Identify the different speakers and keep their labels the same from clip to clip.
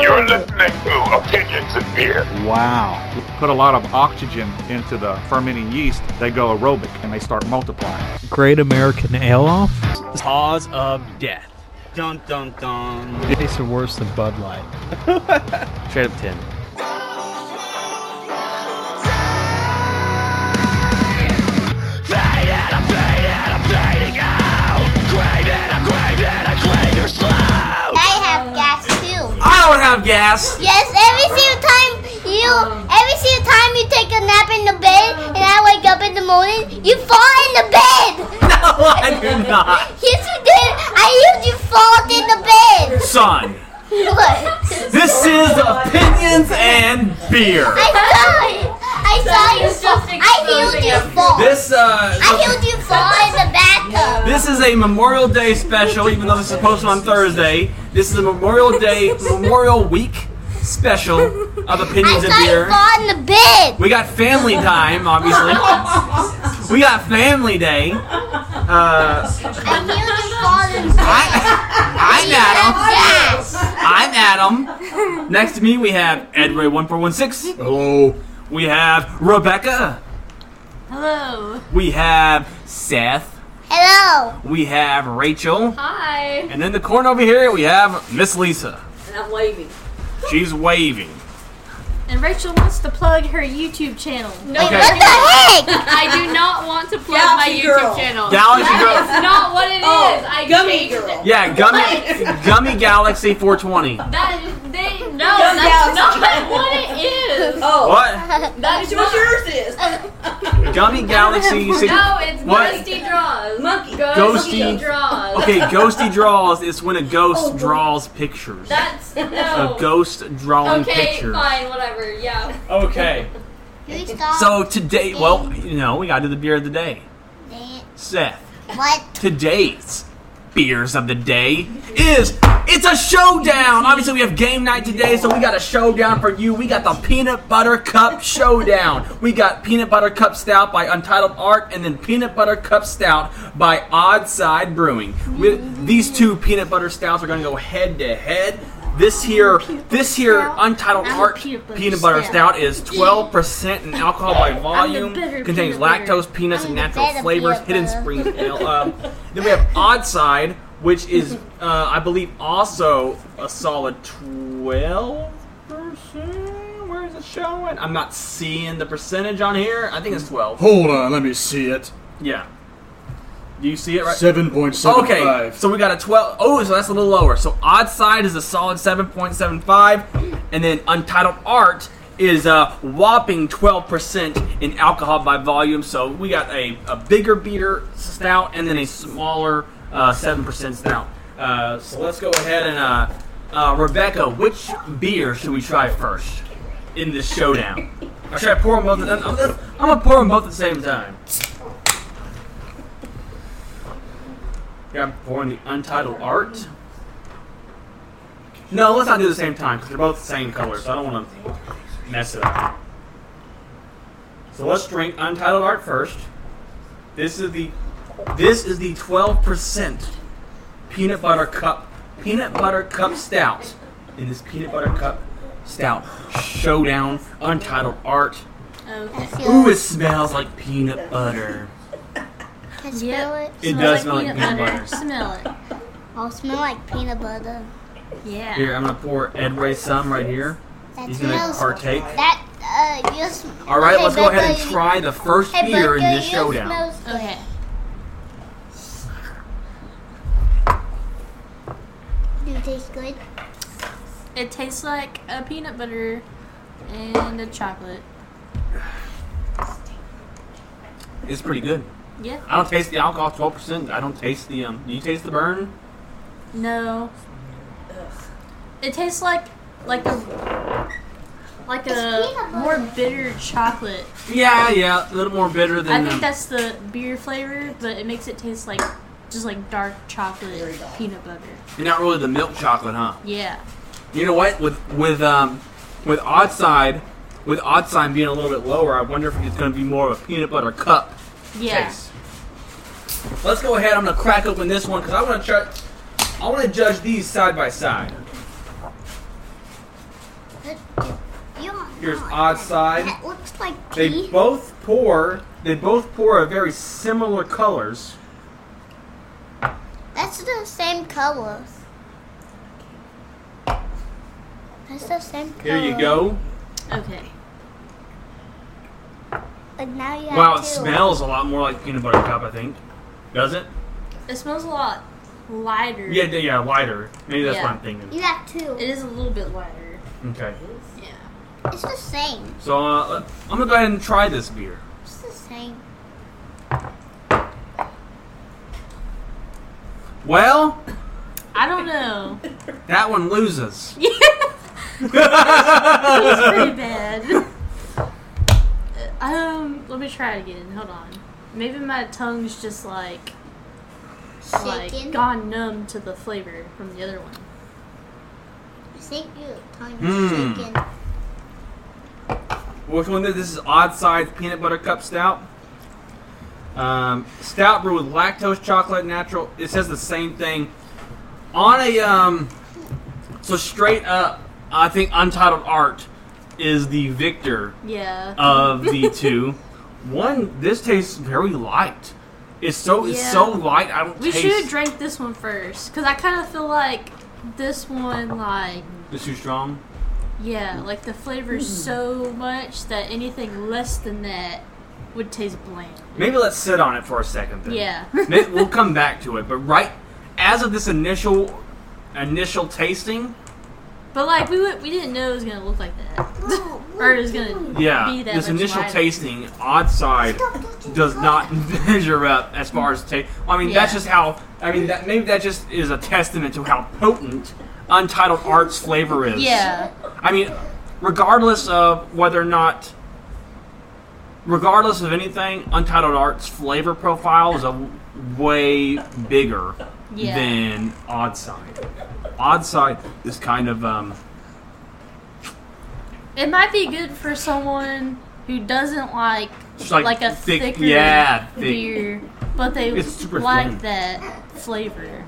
Speaker 1: You're listening to Opinions and Beer.
Speaker 2: Wow.
Speaker 3: put a lot of oxygen into the fermenting yeast, they go aerobic and they start multiplying.
Speaker 2: Great American Ale Off?
Speaker 4: Cause of death. Dun dun dun.
Speaker 2: It tastes worse than Bud Light.
Speaker 4: Straight up 10.
Speaker 5: I have gas too.
Speaker 4: I don't have gas!
Speaker 5: Yes, every single time you, every single time you take a nap in the bed, and I wake up in the morning, you fall in the bed.
Speaker 4: No, I do not!
Speaker 5: Yes, you did. I used you fall in the bed.
Speaker 4: Son,
Speaker 5: Look,
Speaker 4: this is Opinions and Beer.
Speaker 5: I saw it. I saw you fall. I healed you fall.
Speaker 4: This,
Speaker 5: I
Speaker 4: uh,
Speaker 5: healed you fall in the bathtub.
Speaker 4: this is a Memorial Day special, even though this is posted on Thursday. This is a Memorial Day, Memorial Week special of
Speaker 5: I
Speaker 4: Opinions and
Speaker 5: saw you
Speaker 4: Beer.
Speaker 5: fall in the bed.
Speaker 4: We got family time, obviously. We got family day. Uh,
Speaker 5: I healed you fall in the bed.
Speaker 4: I, I'm
Speaker 5: You have
Speaker 4: Adam.
Speaker 5: gas.
Speaker 4: I'm Adam. Next to me, we have Edray1416. Hello. We have Rebecca.
Speaker 6: Hello.
Speaker 4: We have Seth.
Speaker 5: Hello.
Speaker 4: We have Rachel.
Speaker 6: Hi.
Speaker 4: And in the corner over here, we have Miss Lisa.
Speaker 6: And I'm waving.
Speaker 4: She's waving.
Speaker 6: And Rachel wants to plug her YouTube channel. No,
Speaker 5: Wait,
Speaker 4: Okay.
Speaker 5: what the heck?
Speaker 6: I do not want to plug my
Speaker 7: Galaxy
Speaker 6: YouTube
Speaker 7: Girl.
Speaker 6: channel.
Speaker 4: Galaxy Girl.
Speaker 6: That's not what it is.
Speaker 7: Oh,
Speaker 6: I
Speaker 7: Gummy
Speaker 6: changed
Speaker 7: Girl.
Speaker 6: It.
Speaker 4: Yeah, Gummy, Gummy Galaxy 420.
Speaker 6: That is, they, no,
Speaker 7: Gummy
Speaker 6: that's
Speaker 7: Galaxy
Speaker 6: not
Speaker 7: Girl.
Speaker 6: what it is.
Speaker 7: Oh,
Speaker 4: What?
Speaker 6: That's
Speaker 7: what
Speaker 6: not.
Speaker 7: yours is?
Speaker 4: Gummy Galaxy 6.
Speaker 6: No, it's
Speaker 4: What?
Speaker 6: Ghosty Draws.
Speaker 7: Monkey.
Speaker 4: Ghosty-
Speaker 6: Ghosty Draws.
Speaker 4: Okay, ghosty draws is when a
Speaker 6: Oh.
Speaker 4: ghost draws pictures.
Speaker 6: That's,
Speaker 4: A
Speaker 6: no.
Speaker 4: ghost drawing
Speaker 6: oh. okay,
Speaker 4: pictures.
Speaker 6: fine, whatever, yeah.
Speaker 4: Okay.
Speaker 5: You stop.
Speaker 4: So today, well, you know, we got to do the beer of the day. Seth,
Speaker 5: What?
Speaker 4: today's beers of the day is it's a showdown. Obviously, we have game night today, so we got a showdown for you. We got the peanut butter cup showdown. We got peanut butter cup stout by Untitled Art, and then peanut butter cup stout by Odd Side Brewing. With these two peanut butter stouts are going to go head to head. This here, this here Untitled
Speaker 6: I'm a
Speaker 4: Art
Speaker 6: peanut butter
Speaker 4: peanut butter
Speaker 6: stout.
Speaker 4: stout is 12% in alcohol by volume,
Speaker 6: bitter
Speaker 4: contains
Speaker 6: peanut butter.
Speaker 4: lactose, peanuts,
Speaker 5: I'm
Speaker 4: and
Speaker 5: the
Speaker 4: natural
Speaker 5: better
Speaker 4: flavors,
Speaker 5: peanut
Speaker 4: hidden
Speaker 5: butter.
Speaker 4: springs. Now, uh, then we have Odd Side, which is, uh, I believe, also a solid 12%. Where's it showing? I'm not seeing the percentage on here. I think it's 12.
Speaker 8: Hold on, let me see it.
Speaker 4: Yeah. Do you see it right?
Speaker 8: Seven point seven
Speaker 4: Okay,
Speaker 8: five.
Speaker 4: so we got a 12. Oh, so that's a little lower. So Odd Side is a solid 7.75, and then Untitled Art is a whopping 12% in alcohol by volume. So we got a, a bigger beater stout and then a smaller uh, 7% stout. Uh, so let's go ahead and, uh, uh, Rebecca, which beer should we try first in this showdown? Or should I pour them both? At, I'm, I'm gonna pour them both at the same time. Yeah, I'm pouring the untitled art. No, let's not do the same time because they're both the same color, so I don't want to mess it up. So let's drink untitled art first. This is the this is the 12% peanut butter cup peanut butter cup stout in this peanut butter cup stout showdown untitled art.
Speaker 6: Okay.
Speaker 4: Ooh, it smells like peanut butter.
Speaker 5: Can I smell it?
Speaker 4: It
Speaker 6: Smells
Speaker 4: does smell like peanut butter.
Speaker 6: Smell it.
Speaker 5: I'll smell like peanut butter.
Speaker 6: Yeah.
Speaker 4: Here, I'm gonna pour Ed Ray some right here.
Speaker 5: That
Speaker 4: He's gonna
Speaker 5: smells.
Speaker 4: partake.
Speaker 5: That uh, you sm-
Speaker 4: All right,
Speaker 5: Hey,
Speaker 4: let's go ahead and
Speaker 5: Becca, you-
Speaker 4: try the first
Speaker 5: Hey,
Speaker 4: beer in
Speaker 5: Becca,
Speaker 4: this
Speaker 5: you
Speaker 4: showdown.
Speaker 5: smells good.
Speaker 6: Okay.
Speaker 5: Do you taste good?
Speaker 6: It tastes like a peanut butter and a chocolate.
Speaker 4: It's pretty good.
Speaker 6: Yeah.
Speaker 4: I don't taste the alcohol, twelve percent. I don't taste the um. Do you taste the burn?
Speaker 6: No. It tastes like like a like a
Speaker 5: peanut butter.
Speaker 6: more bitter chocolate.
Speaker 4: Yeah, yeah, a little more bitter
Speaker 6: I
Speaker 4: than.
Speaker 6: think
Speaker 4: um,
Speaker 6: that's the beer flavor, but it makes it taste like just like dark chocolate peanut butter.
Speaker 4: you're not really the milk chocolate, huh?
Speaker 6: Yeah.
Speaker 4: You know what? With with um, with odd side, with odd side being a little bit lower, I wonder if it's going to be more of a peanut butter cup
Speaker 6: Yeah.
Speaker 4: taste. Let's go ahead. I'm going to crack open this one because I want to try. I want to judge these side by side. Here's odd side.
Speaker 5: That looks like
Speaker 4: They
Speaker 5: tea.
Speaker 4: both pour. They both pour a very similar colors.
Speaker 5: That's the same colors. That's the same color.
Speaker 4: Here you go.
Speaker 6: Okay.
Speaker 5: But now
Speaker 6: Oh,
Speaker 5: you have
Speaker 4: Wow, it
Speaker 5: two.
Speaker 4: smells a lot more like peanut butter cup, I think. Does it?
Speaker 6: It smells a lot lighter.
Speaker 4: Yeah, d- yeah, lighter. Maybe that's
Speaker 6: Yeah.
Speaker 4: what I'm thinking.
Speaker 5: You have two.
Speaker 6: It is a little bit lighter.
Speaker 4: Okay.
Speaker 6: Yeah.
Speaker 5: It's the same.
Speaker 4: So uh, let- I'm gonna go ahead and try this beer.
Speaker 5: It's the same.
Speaker 4: Well,
Speaker 6: I don't know.
Speaker 4: that one loses.
Speaker 6: It's pretty bad. um, let me try it again. Hold on. Maybe my tongue's just like
Speaker 5: Shaking.
Speaker 6: like gone numb to the flavor from the other one.
Speaker 5: I think your tongue is
Speaker 4: Mm.
Speaker 5: shaking.
Speaker 4: Which one? This is Odd Side Peanut Butter Cup Stout. Um, stout brewed with lactose, chocolate, natural. It says the same thing. On a um, so straight up, I think Untitled Art is the victor
Speaker 6: Yeah.
Speaker 4: of the two. One, this tastes very light. It's so it's so
Speaker 6: Yeah.
Speaker 4: light. I don't.
Speaker 6: we
Speaker 4: taste,
Speaker 6: should have drank this one first, cause I kind of feel like this one like
Speaker 4: It's too strong.
Speaker 6: yeah like the flavor's so much that anything less than that would taste bland.
Speaker 4: Maybe let's sit on it for a second. Then.
Speaker 6: Yeah.
Speaker 4: May- we'll come back to it, but right as of this initial initial tasting,
Speaker 6: But like we would, we didn't know it was gonna look like that. or it was gonna
Speaker 4: yeah,
Speaker 6: be that
Speaker 4: this
Speaker 6: much
Speaker 4: initial
Speaker 6: lighter.
Speaker 4: tasting, odd side does not measure up as far as taste. I mean, that's
Speaker 6: Yeah.
Speaker 4: just how. I mean, that maybe that just is a testament to how potent Untitled Art's flavor is.
Speaker 6: Yeah.
Speaker 4: I mean, regardless of whether or not, regardless of anything, Untitled Art's flavor profile is a way bigger
Speaker 6: Yeah.
Speaker 4: than Odd Side. Odd Side is kind of um,
Speaker 6: It might be good for someone who doesn't like
Speaker 4: just
Speaker 6: like,
Speaker 4: like,
Speaker 6: a
Speaker 4: thick,
Speaker 6: thicker
Speaker 4: yeah, thick.
Speaker 6: beer, but they
Speaker 4: It's super
Speaker 6: like
Speaker 4: thin.
Speaker 6: that flavor.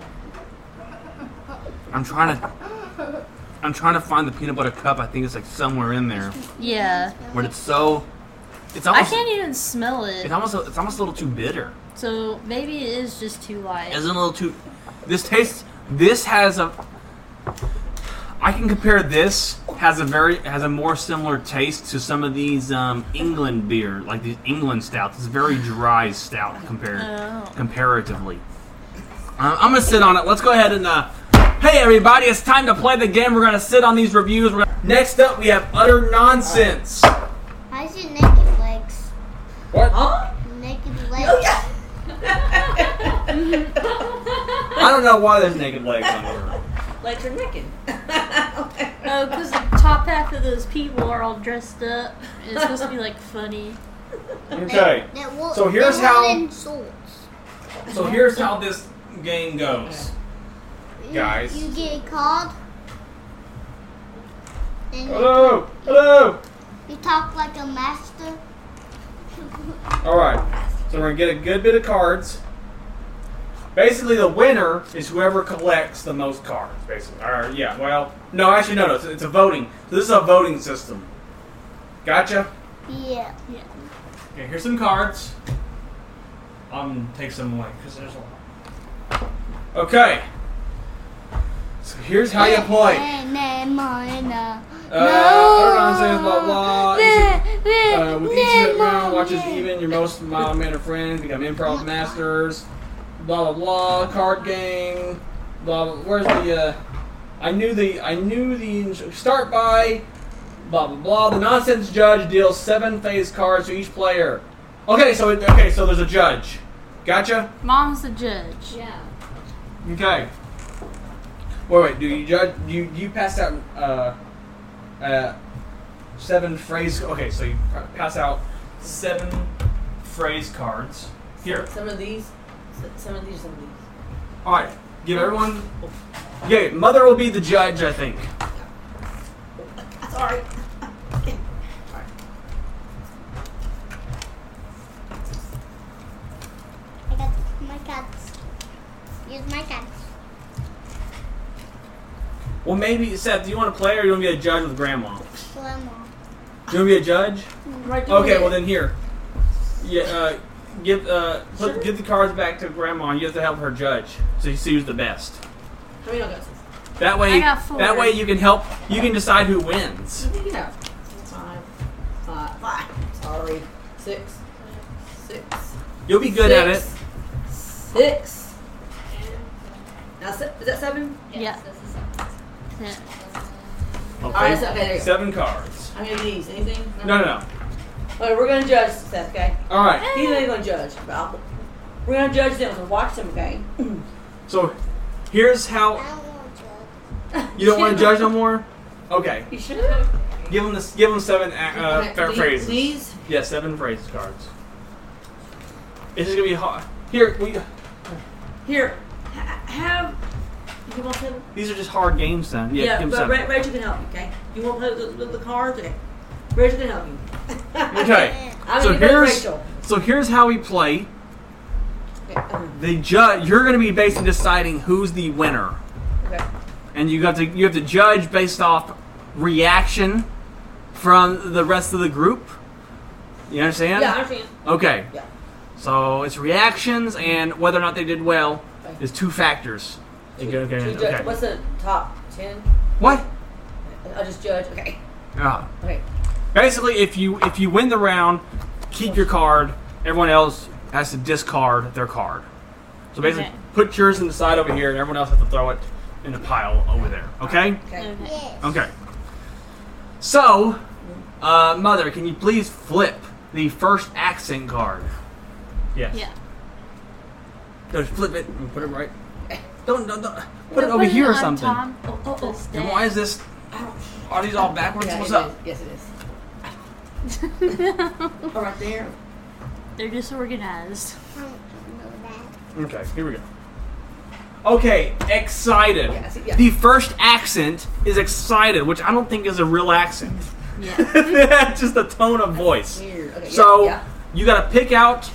Speaker 4: I'm trying to. I'm trying to find the peanut butter cup. I think it's like somewhere in there
Speaker 6: Yeah.
Speaker 4: where it's so. It's
Speaker 6: I
Speaker 4: almost.
Speaker 6: can't even smell it,
Speaker 4: It's almost. It's almost a little too bitter.
Speaker 6: so maybe it is just too light.
Speaker 4: isn't a little too. This tastes. This has a. I can compare this has a very has a more similar taste to some of these um, England beer like these England stouts. It's a very dry stout compared
Speaker 6: Oh.
Speaker 4: comparatively. Uh, I'm gonna sit on it. Let's go ahead and. Uh, hey everybody, it's time to play the game. We're gonna sit on these reviews. We're gonna... Next up, we have utter nonsense.
Speaker 5: How's your naked legs?
Speaker 4: What? Huh?
Speaker 5: Naked legs.
Speaker 4: I don't know why there's naked legs on here.
Speaker 7: Legs are naked.
Speaker 6: Oh, because the top half of those people are all dressed up. and It's supposed to be like funny.
Speaker 4: Okay.
Speaker 5: That wo-
Speaker 4: So here's
Speaker 5: that
Speaker 4: how-
Speaker 5: wooden swords.
Speaker 4: So here's how this game goes.
Speaker 5: You-
Speaker 4: Guys.
Speaker 5: You, get called. And you,
Speaker 4: Hello! Hello!
Speaker 5: you talk like a master.
Speaker 4: Alright, so we're gonna get a good bit of cards. Basically, the winner is whoever collects the most cards, basically. Or, yeah, well, no, actually, no, no, it's, it's a voting. So this is a voting system. Gotcha?
Speaker 5: Yeah.
Speaker 4: Okay, here's some cards. I'm take some away, because there's a lot. Okay. So here's how you play. Uh, I don't know what I'm saying, blah, blah. You should- Uh, with each sit round, watches even your most mild mannered friends become improv masters. Blah blah blah. Card game. Blah. blah where's the? Uh, I knew the. I knew the. ins- Start by. Blah blah blah. The nonsense judge deals seven phase cards to each player. Okay, so it- okay, so there's a judge. Gotcha.
Speaker 6: Mom's the judge.
Speaker 7: Yeah.
Speaker 4: Okay. Wait, wait. Do you judge? Do you do you pass out uh, uh, seven phrase? Okay, so you pa- pass out seven phrase cards. Here.
Speaker 7: Some of these. Some of these. Some of these.
Speaker 4: All right. Give everyone. Yeah, mother will be the judge, I think.
Speaker 7: Sorry.
Speaker 5: I got my cats. Use my cats.
Speaker 4: Well, maybe Seth, do you want to play or do you want to be a judge with Grandma?
Speaker 5: Grandma.
Speaker 4: Do you want to be a judge?
Speaker 7: Right, do
Speaker 4: Okay,
Speaker 7: it.
Speaker 4: well then here, yeah, uh, give uh, put,
Speaker 7: Sure.
Speaker 4: give the cards back to Grandma. and You have to help her judge, so you see who's the best.
Speaker 7: How many I got?
Speaker 4: That way,
Speaker 6: I got four.
Speaker 4: that way you can help. You can decide who wins.
Speaker 7: Six. Yeah. Five. Five. Five. Sorry. Six. Six.
Speaker 4: You'll be good at it.
Speaker 7: Six. Six. Now, se- is that seven?
Speaker 6: Yeah. Yeah.
Speaker 7: All right, so, okay, there you go.
Speaker 4: Seven cards.
Speaker 7: How many of these? Anything?
Speaker 4: No, no, no.
Speaker 7: All right, we're going to judge Seth, okay?
Speaker 4: All right.
Speaker 7: He's not even going to judge. but I'll- We're going to judge them, so watch them, okay?
Speaker 4: So, here's how
Speaker 5: I don't want to.
Speaker 4: you don't Uh, want to judge no more. Okay,
Speaker 7: You should have.
Speaker 4: give them this. Give them seven uh, fair phrases.
Speaker 7: These?
Speaker 4: Yeah, seven phrases cards. This is gonna be hard. Here, we.
Speaker 7: Here. Ha- have. You want them?
Speaker 4: These are just hard games, then. Yeah, give 'em
Speaker 7: but
Speaker 4: seven.
Speaker 7: Re- Reggie can help you, okay? You want to play with the, with the cards? Okay. Reggie can help you.
Speaker 4: Okay.
Speaker 7: I'm
Speaker 4: So
Speaker 7: going to
Speaker 4: here's-
Speaker 7: Rachel.
Speaker 4: So here's how we play.
Speaker 7: Okay. um,
Speaker 4: The judge. You're gonna be basically deciding who's the winner,
Speaker 7: okay.
Speaker 4: and you got to you have to judge based off reaction from the rest of the group. You understand?
Speaker 7: Yeah, I understand.
Speaker 4: Okay.
Speaker 7: Yeah.
Speaker 4: So it's reactions and whether or not they did well is two factors. Okay.
Speaker 7: Should we
Speaker 4: Okay.
Speaker 7: judge- What's the top 10?
Speaker 4: What?
Speaker 7: I'll just judge. Okay.
Speaker 4: Ah.
Speaker 7: Okay.
Speaker 4: basically if you if you win the round keep your card everyone else has to discard their card so basically
Speaker 6: Okay.
Speaker 4: put yours in the side over here and everyone else has to throw it in a pile over there okay
Speaker 7: Okay.
Speaker 6: Okay.
Speaker 5: Yes.
Speaker 4: okay so uh, mother can you please flip the first accent card yes
Speaker 6: Yeah.
Speaker 4: Just flip it and put it right don't don't, don't. put it
Speaker 6: No,
Speaker 4: over here or
Speaker 6: on
Speaker 4: something
Speaker 6: top of this
Speaker 4: and why is
Speaker 6: deck.
Speaker 4: this are these all backwards
Speaker 7: Oh, Yeah,
Speaker 4: what's
Speaker 7: it
Speaker 4: up
Speaker 7: is. Yes, it is. All right, there.
Speaker 6: They're disorganized.
Speaker 5: I don't know that.
Speaker 4: Okay, here we go. Okay, excited.
Speaker 7: Yeah, I see- yeah.
Speaker 4: The first accent is excited, which I don't think is a real accent.
Speaker 6: Yeah.
Speaker 4: That's just a tone of voice.
Speaker 7: Weird. Okay, yeah,
Speaker 4: So
Speaker 7: yeah.
Speaker 4: you gotta pick out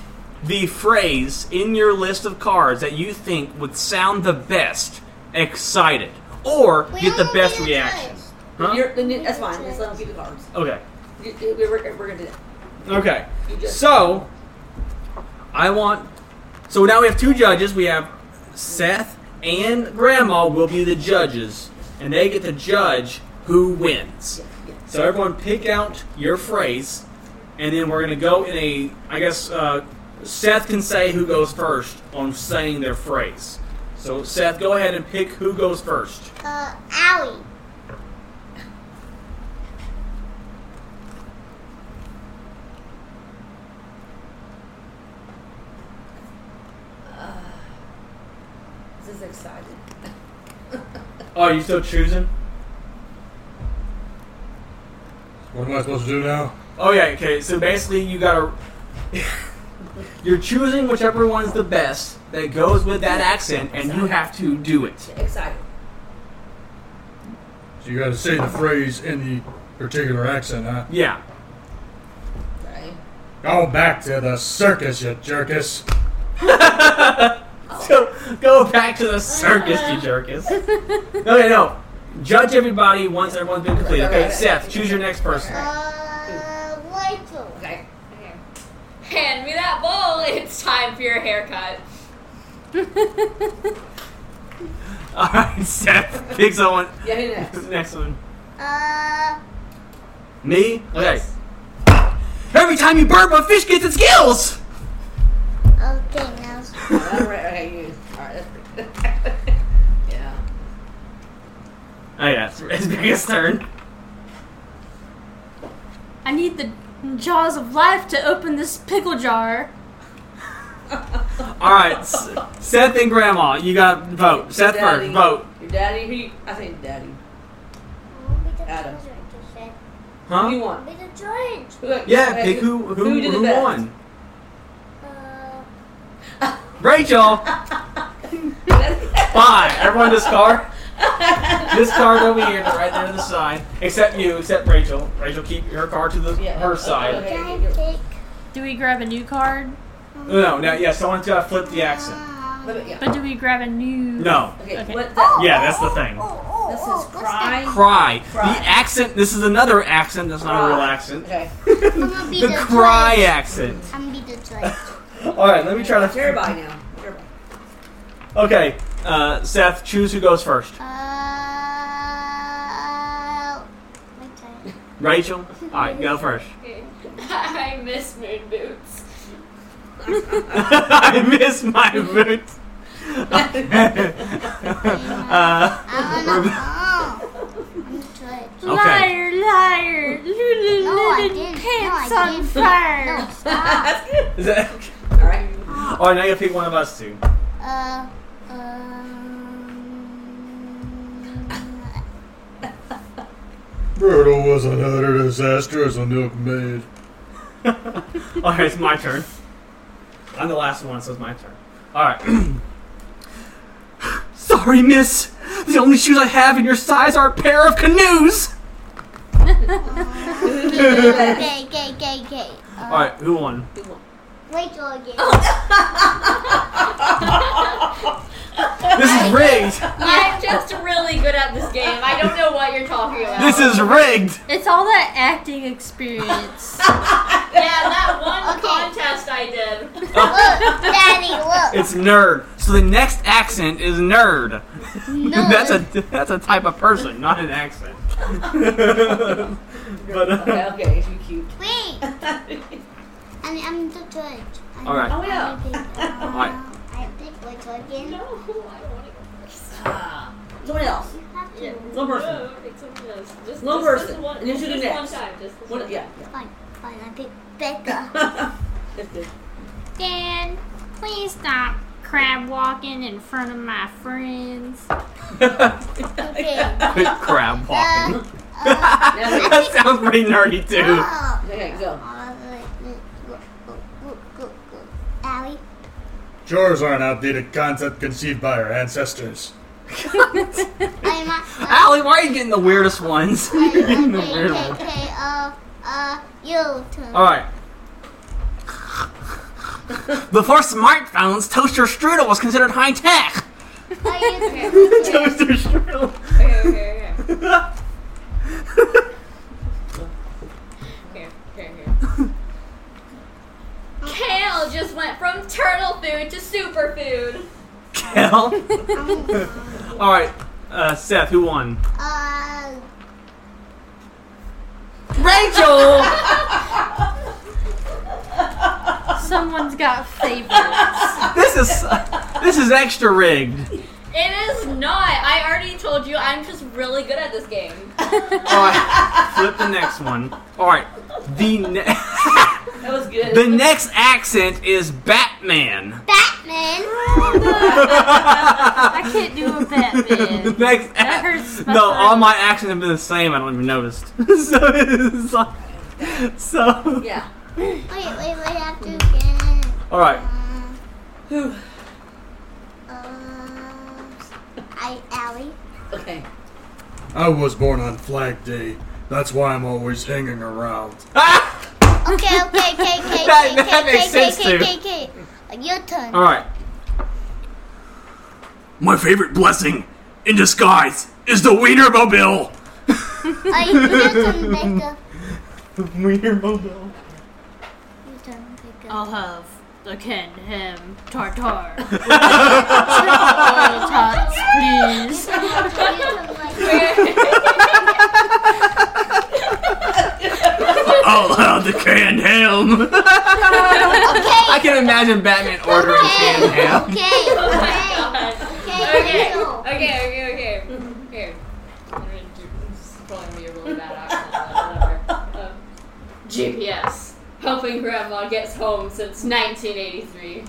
Speaker 4: the phrase in your list of cards that you think would sound the best excited. Or
Speaker 5: We
Speaker 4: get the
Speaker 5: only
Speaker 4: best
Speaker 5: need a
Speaker 4: reaction.
Speaker 5: judge.
Speaker 4: Huh?
Speaker 7: You're, then you- that's fine. Just let them keep the cards.
Speaker 4: Okay.
Speaker 7: You- you- We're, we're, we're gonna do that.
Speaker 4: Okay.
Speaker 7: You just-
Speaker 4: So, I want. So now we have two judges. We have Seth and Grandma will be the judges, and they get to judge who wins. So everyone, pick out your phrase, and then we're gonna go in a. I guess uh, Seth can say who goes first on saying their phrase. So Seth, go ahead and pick who goes first.
Speaker 5: Uh, owie.
Speaker 7: This is exciting.
Speaker 4: Oh, are you still choosing?
Speaker 8: What am I supposed to do now?
Speaker 4: Oh yeah, okay. So basically, you gotta you're choosing whichever one's the best that goes with that accent, and you have to do it.
Speaker 7: Excited.
Speaker 8: So you got to say the phrase in the particular accent, huh?
Speaker 4: Yeah.
Speaker 7: Right.
Speaker 8: Go back to the circus, you jerkus.
Speaker 4: So go back to the circus, you jerkus. Okay, no. Judge everybody once everyone's been completed. Okay, Seth, choose your next person.
Speaker 5: Uh, Rachel.
Speaker 7: Okay.
Speaker 9: Hand me that bowl. It's time for your haircut.
Speaker 4: All right, Seth, pick someone.
Speaker 7: Yeah, who next?
Speaker 4: Next one.
Speaker 5: Uh,
Speaker 4: Me. Okay. Every time you burp, a fish gets its gills.
Speaker 5: okay, now.
Speaker 7: All right. Okay, you. All right. That's pretty. yeah.
Speaker 4: Oh yeah, it's, it's Biggest turn.
Speaker 6: I need the jaws of life to open this pickle jar.
Speaker 4: All right, S- Seth and Grandma, you got to vote. Seth first, vote.
Speaker 7: Your daddy. Who? You, I say daddy. Adam. Who do you
Speaker 4: Huh?
Speaker 7: want?
Speaker 5: Be the judge.
Speaker 7: Who, okay,
Speaker 4: Yeah,
Speaker 7: okay,
Speaker 4: pick who who
Speaker 7: did
Speaker 4: who,
Speaker 7: the best?
Speaker 4: won.
Speaker 5: Uh,
Speaker 4: Rachel, bye. Everyone discard. Discard over here, right there to the side. Except you, except Rachel. Rachel, keep her card to the
Speaker 7: Yeah,
Speaker 4: her
Speaker 7: okay,
Speaker 4: side.
Speaker 7: okay.
Speaker 5: can I pick?
Speaker 6: Do we grab a new card?
Speaker 4: No, no, yeah. Someone's gotta flip the accent.
Speaker 5: Um,
Speaker 7: But, yeah.
Speaker 6: But do we grab a new?
Speaker 4: No.
Speaker 7: Okay.
Speaker 6: Okay.
Speaker 7: What? The,
Speaker 4: Yeah, that's the thing.
Speaker 5: oh, oh,
Speaker 7: This is cry.
Speaker 4: Cry.
Speaker 7: Cry.
Speaker 4: The accent. This is another accent. That's not a real
Speaker 7: Cry.
Speaker 4: accent.
Speaker 7: Okay.
Speaker 5: I'm gonna be
Speaker 4: The
Speaker 5: the,
Speaker 4: cry
Speaker 5: judge.
Speaker 4: accent.
Speaker 5: I'm gonna be the judge.
Speaker 4: All right, let me try
Speaker 7: It's your
Speaker 4: to.
Speaker 7: body now. Your body.
Speaker 4: Okay, uh, Seth, choose who goes first.
Speaker 5: Uh, my turn.
Speaker 4: Rachel. All right, go first.
Speaker 9: Okay. I miss moon boots.
Speaker 4: I miss my boots. uh,
Speaker 5: I wanna. Oh, I'm the judge.
Speaker 4: okay.
Speaker 6: Liar, liar, you
Speaker 5: No, I
Speaker 6: little
Speaker 5: didn't.
Speaker 6: pants
Speaker 5: no, I
Speaker 6: on
Speaker 5: didn't.
Speaker 6: fire.
Speaker 5: No, stop.
Speaker 7: That's good.
Speaker 4: Is that,
Speaker 7: All right.
Speaker 4: all right, now you pick one of us two.
Speaker 5: Uh, um,
Speaker 8: Brutal was an utter disaster as a milk maid.
Speaker 4: All right, it's my turn. I'm the last one, so it's my turn. All right. Sorry, miss. The only shoes I have in your size are a pair of canoes.
Speaker 5: okay, okay, okay, okay. Uh,
Speaker 4: All right, who won?
Speaker 5: Rachel again.
Speaker 9: Oh,
Speaker 4: This is rigged.
Speaker 9: I'm just really good at this game. I don't know what you're talking about.
Speaker 4: This is rigged.
Speaker 6: It's all that acting experience.
Speaker 9: yeah, that one
Speaker 5: Okay.
Speaker 9: contest I did.
Speaker 5: Look, Daddy, look.
Speaker 4: It's nerd. So the next accent is nerd.
Speaker 5: No,
Speaker 4: that's a that's a type of person, not an accent. but uh,
Speaker 7: Okay. Okay. You cute.
Speaker 5: wait. I'm, I'm the judge. I'm
Speaker 4: All right.
Speaker 5: I'm the big-
Speaker 4: all right,
Speaker 5: uh, I pick Rachel again.
Speaker 9: No, I want to go first.
Speaker 7: Ah. Someone else.
Speaker 5: You have to.
Speaker 9: Yeah.
Speaker 7: One person.
Speaker 9: No, it's someone else. Just,
Speaker 7: One
Speaker 9: just
Speaker 7: person.
Speaker 9: this One,
Speaker 7: And then you do
Speaker 9: just
Speaker 7: next.
Speaker 9: one time. Just this
Speaker 7: One,
Speaker 9: one
Speaker 7: yeah.
Speaker 5: Fine, fine. I pick Becca.
Speaker 7: yeah. That's good.
Speaker 6: Dad, please stop crab walking in front of my friends.
Speaker 5: Okay.
Speaker 4: quit uh, crab walking.
Speaker 5: Uh, uh,
Speaker 7: Now,
Speaker 4: that sounds pretty nerdy too.
Speaker 5: oh.
Speaker 7: okay. Go.
Speaker 5: Uh, go, go, go, go, go. Allie.
Speaker 8: Chores are an outdated concept conceived by our ancestors.
Speaker 5: I'm not.
Speaker 4: Allie, why are you getting the weirdest ones? You're getting the
Speaker 5: Okay,
Speaker 4: weird
Speaker 5: okay,
Speaker 4: ones.
Speaker 5: okay, uh, uh, you turn.
Speaker 4: All right. Before smartphones, toaster strudel was considered high tech.
Speaker 5: Are you
Speaker 4: Toaster strudel.
Speaker 9: Okay, okay, okay. Here, here, here. Kale just went from turtle food to superfood.
Speaker 4: Kel. All right, uh, Seth, who won?
Speaker 5: Uh,
Speaker 4: Rachel.
Speaker 6: Someone's got favorites.
Speaker 4: This is this is extra rigged.
Speaker 9: It is not. I already told you I'm just really good at this game.
Speaker 4: All right, flip the next one. All right, the ne-
Speaker 7: That was good.
Speaker 4: the next accent is Batman.
Speaker 5: Batman.
Speaker 6: I can't do a
Speaker 4: The
Speaker 6: Batman.
Speaker 4: next ac-
Speaker 6: That hurts. my
Speaker 4: no, all
Speaker 6: throat.
Speaker 4: my accents have been the same. I don't even noticed. so it's like, so
Speaker 7: Yeah.
Speaker 5: Wait, wait, wait, I have to get.
Speaker 4: all right.
Speaker 5: Uh, uh, I, Allie.
Speaker 7: Okay.
Speaker 8: I was born on Flag Day. That's why I'm always hanging around.
Speaker 4: Ah!
Speaker 5: Okay, okay, okay, okay,
Speaker 4: That-
Speaker 5: okay,
Speaker 4: that
Speaker 5: okay,
Speaker 4: makes
Speaker 5: okay,
Speaker 4: sense,
Speaker 5: okay,
Speaker 4: too.
Speaker 5: okay, okay. Uh, Your turn.
Speaker 4: All right. My favorite blessing in disguise is the Wienermobile.
Speaker 5: Uh, your turn, Becca.
Speaker 4: Wienermobile.
Speaker 5: Your turn, Becca.
Speaker 6: I'll have the Ken Ham Tartar. Oil tots, please.
Speaker 5: Your turn, Micah.
Speaker 4: I'll have the canned ham. I can imagine Batman ordering canned
Speaker 5: Okay,
Speaker 4: ham.
Speaker 5: okay,
Speaker 9: Oh my
Speaker 5: okay,
Speaker 9: god.
Speaker 5: okay, Rachel.
Speaker 9: Okay, okay, okay. Here. I'm gonna do this is probably gonna be a really bad accent, but whatever. Uh, GPS. Helping grandma gets home since 1983.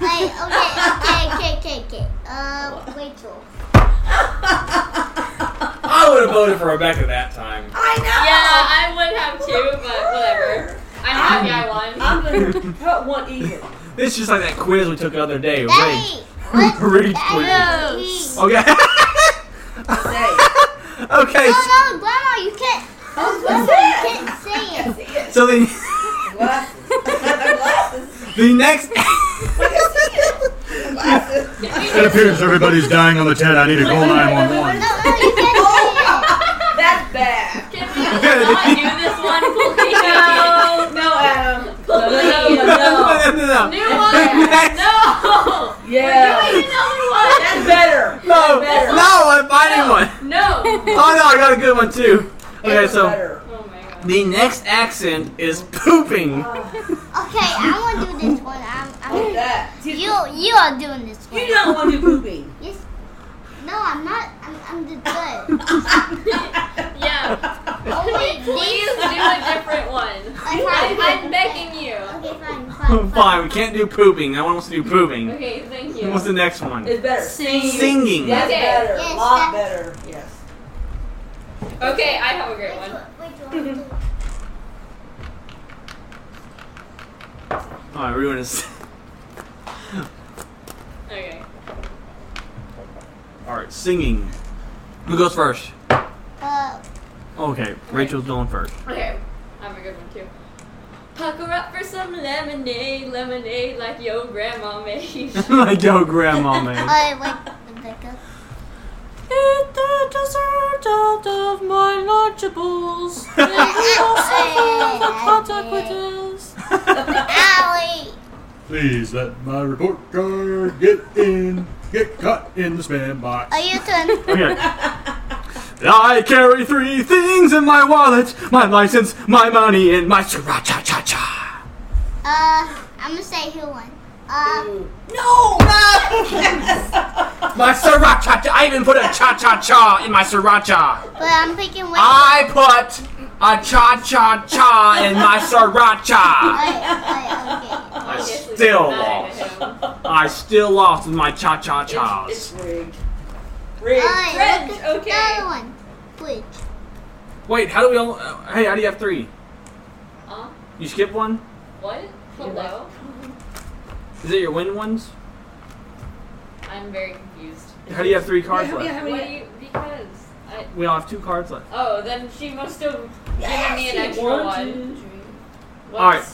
Speaker 5: Wait, okay, okay, okay, okay, okay. Uh, Rachel.
Speaker 4: I would have voted for Rebecca that time.
Speaker 7: I know.
Speaker 9: Yeah, I would have too, but whatever. Uh, I'm happy I won.
Speaker 7: I'm gonna cut one even.
Speaker 4: This is just like that quiz we took the other day. Rigged.
Speaker 5: Daddy, what?
Speaker 4: Rigged quiz.
Speaker 5: Daddy.
Speaker 6: Gross.
Speaker 4: Okay.
Speaker 7: Say.
Speaker 4: okay.
Speaker 5: No, no, Grandma, you can't. Grandma, you can't say it.
Speaker 4: So the
Speaker 7: Glasses. Glasses.
Speaker 4: the next
Speaker 7: Glasses.
Speaker 8: It appears everybody's dying on the tent. I need to
Speaker 5: No,
Speaker 8: call
Speaker 5: no, you can't
Speaker 9: I
Speaker 4: good.
Speaker 9: do this one, please.
Speaker 7: No, no, Adam.
Speaker 9: No, no, no,
Speaker 7: No.
Speaker 4: no, no, no.
Speaker 9: New one. No.
Speaker 7: Yeah.
Speaker 9: Doing another
Speaker 7: That's better.
Speaker 4: No,
Speaker 7: Better.
Speaker 4: no, I'm finding one.
Speaker 9: one. No.
Speaker 4: Oh no, I got a good one too. Okay,
Speaker 7: It's
Speaker 4: so
Speaker 7: better.
Speaker 9: Oh my god.
Speaker 4: the next accent is
Speaker 5: Okay,
Speaker 4: pooping.
Speaker 5: I want to do this one. I'm,
Speaker 7: Like
Speaker 5: I'm,
Speaker 7: that.
Speaker 5: you, you are doing this one.
Speaker 7: You don't want to do pooping.
Speaker 5: Yes. No, I'm not. I'm, I'm the good.
Speaker 9: Yeah.
Speaker 5: Oh wait,
Speaker 9: Please do
Speaker 5: this.
Speaker 9: a different one. I'm,
Speaker 5: I'm,
Speaker 9: I'm
Speaker 5: I'm
Speaker 9: begging you.
Speaker 5: Okay, fine, fine, fine.
Speaker 4: Fine, we can't do pooping. No one wants to do pooping.
Speaker 9: Okay, thank you.
Speaker 4: What's the next one?
Speaker 7: It's better.
Speaker 6: Sing.
Speaker 4: Singing.
Speaker 7: That's
Speaker 9: Okay.
Speaker 7: better.
Speaker 5: Yes,
Speaker 7: a lot
Speaker 5: that's-
Speaker 7: better. Yes.
Speaker 9: Okay, I have a great one.
Speaker 5: Which one- which one?
Speaker 4: Oh, I ruined his.
Speaker 9: Okay.
Speaker 4: All right, singing. Who goes first?
Speaker 5: Uh,
Speaker 4: Okay, Rachel's going first.
Speaker 9: Okay. I have a good one too. Pucker up for some lemonade, lemonade like your grandma made.
Speaker 4: like yo, grandma, man.
Speaker 5: uh, wait, Rebecca.
Speaker 6: Eat the dessert out of my Lunchables. and also fill the contact with this.
Speaker 5: Allie.
Speaker 8: Please let my report card get in. Get cut in the spam box.
Speaker 5: Oh, your turn.
Speaker 4: Okay. I carry three things in my wallet: my license, my money, and my sriracha cha cha.
Speaker 5: Uh, I'm gonna say who won. Uh,
Speaker 4: My sriracha. cha- I even put a cha cha cha in my sriracha.
Speaker 5: but I'm picking Rachel.
Speaker 4: I put a cha cha cha in my sriracha.
Speaker 5: Alright, alright, okay.
Speaker 4: I
Speaker 9: Obviously,
Speaker 4: still
Speaker 9: it's mad
Speaker 4: lost. I still lost with my cha cha
Speaker 9: at him.
Speaker 4: chas.
Speaker 9: It's, it's rigged.
Speaker 7: Rigged.
Speaker 5: Alright, look at
Speaker 9: okay.
Speaker 5: the other one. Bridge.
Speaker 4: Wait, how do we all? uh, Hey, how do you have three?
Speaker 9: Huh?
Speaker 4: You skip one?
Speaker 9: What? Hello?
Speaker 4: Is it your win ones?
Speaker 9: I'm very confused.
Speaker 4: How do you have three cards
Speaker 7: Yeah,
Speaker 4: left?
Speaker 7: yeah.
Speaker 9: What do you, because I,
Speaker 4: We all have two cards left.
Speaker 9: oh, then she must have given me an extra
Speaker 7: One,
Speaker 9: one.
Speaker 7: two, three.
Speaker 9: Whoops.
Speaker 4: Alright.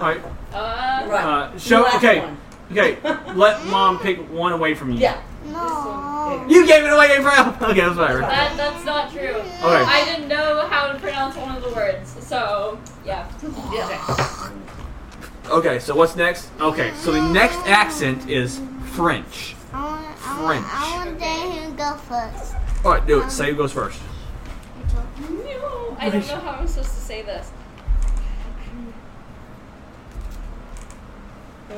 Speaker 4: All right.
Speaker 9: Uh,
Speaker 7: Right.
Speaker 4: Uh, show.
Speaker 7: Last
Speaker 4: Okay.
Speaker 7: one.
Speaker 4: Okay. Let mom pick one away from you.
Speaker 7: Yeah.
Speaker 5: No.
Speaker 4: You gave it away, April. Okay, that's whatever.
Speaker 9: that, that's not true.
Speaker 4: Okay.
Speaker 9: I didn't know how to pronounce one of the words, so, yeah.
Speaker 7: Yeah.
Speaker 4: Okay. So what's next? Okay. So the next accent is French.
Speaker 5: I want, I want, I want to him go first.
Speaker 4: All right. Do it. Say who goes first.
Speaker 5: Rachel.
Speaker 9: No, I don't know how I'm supposed to say this. Um,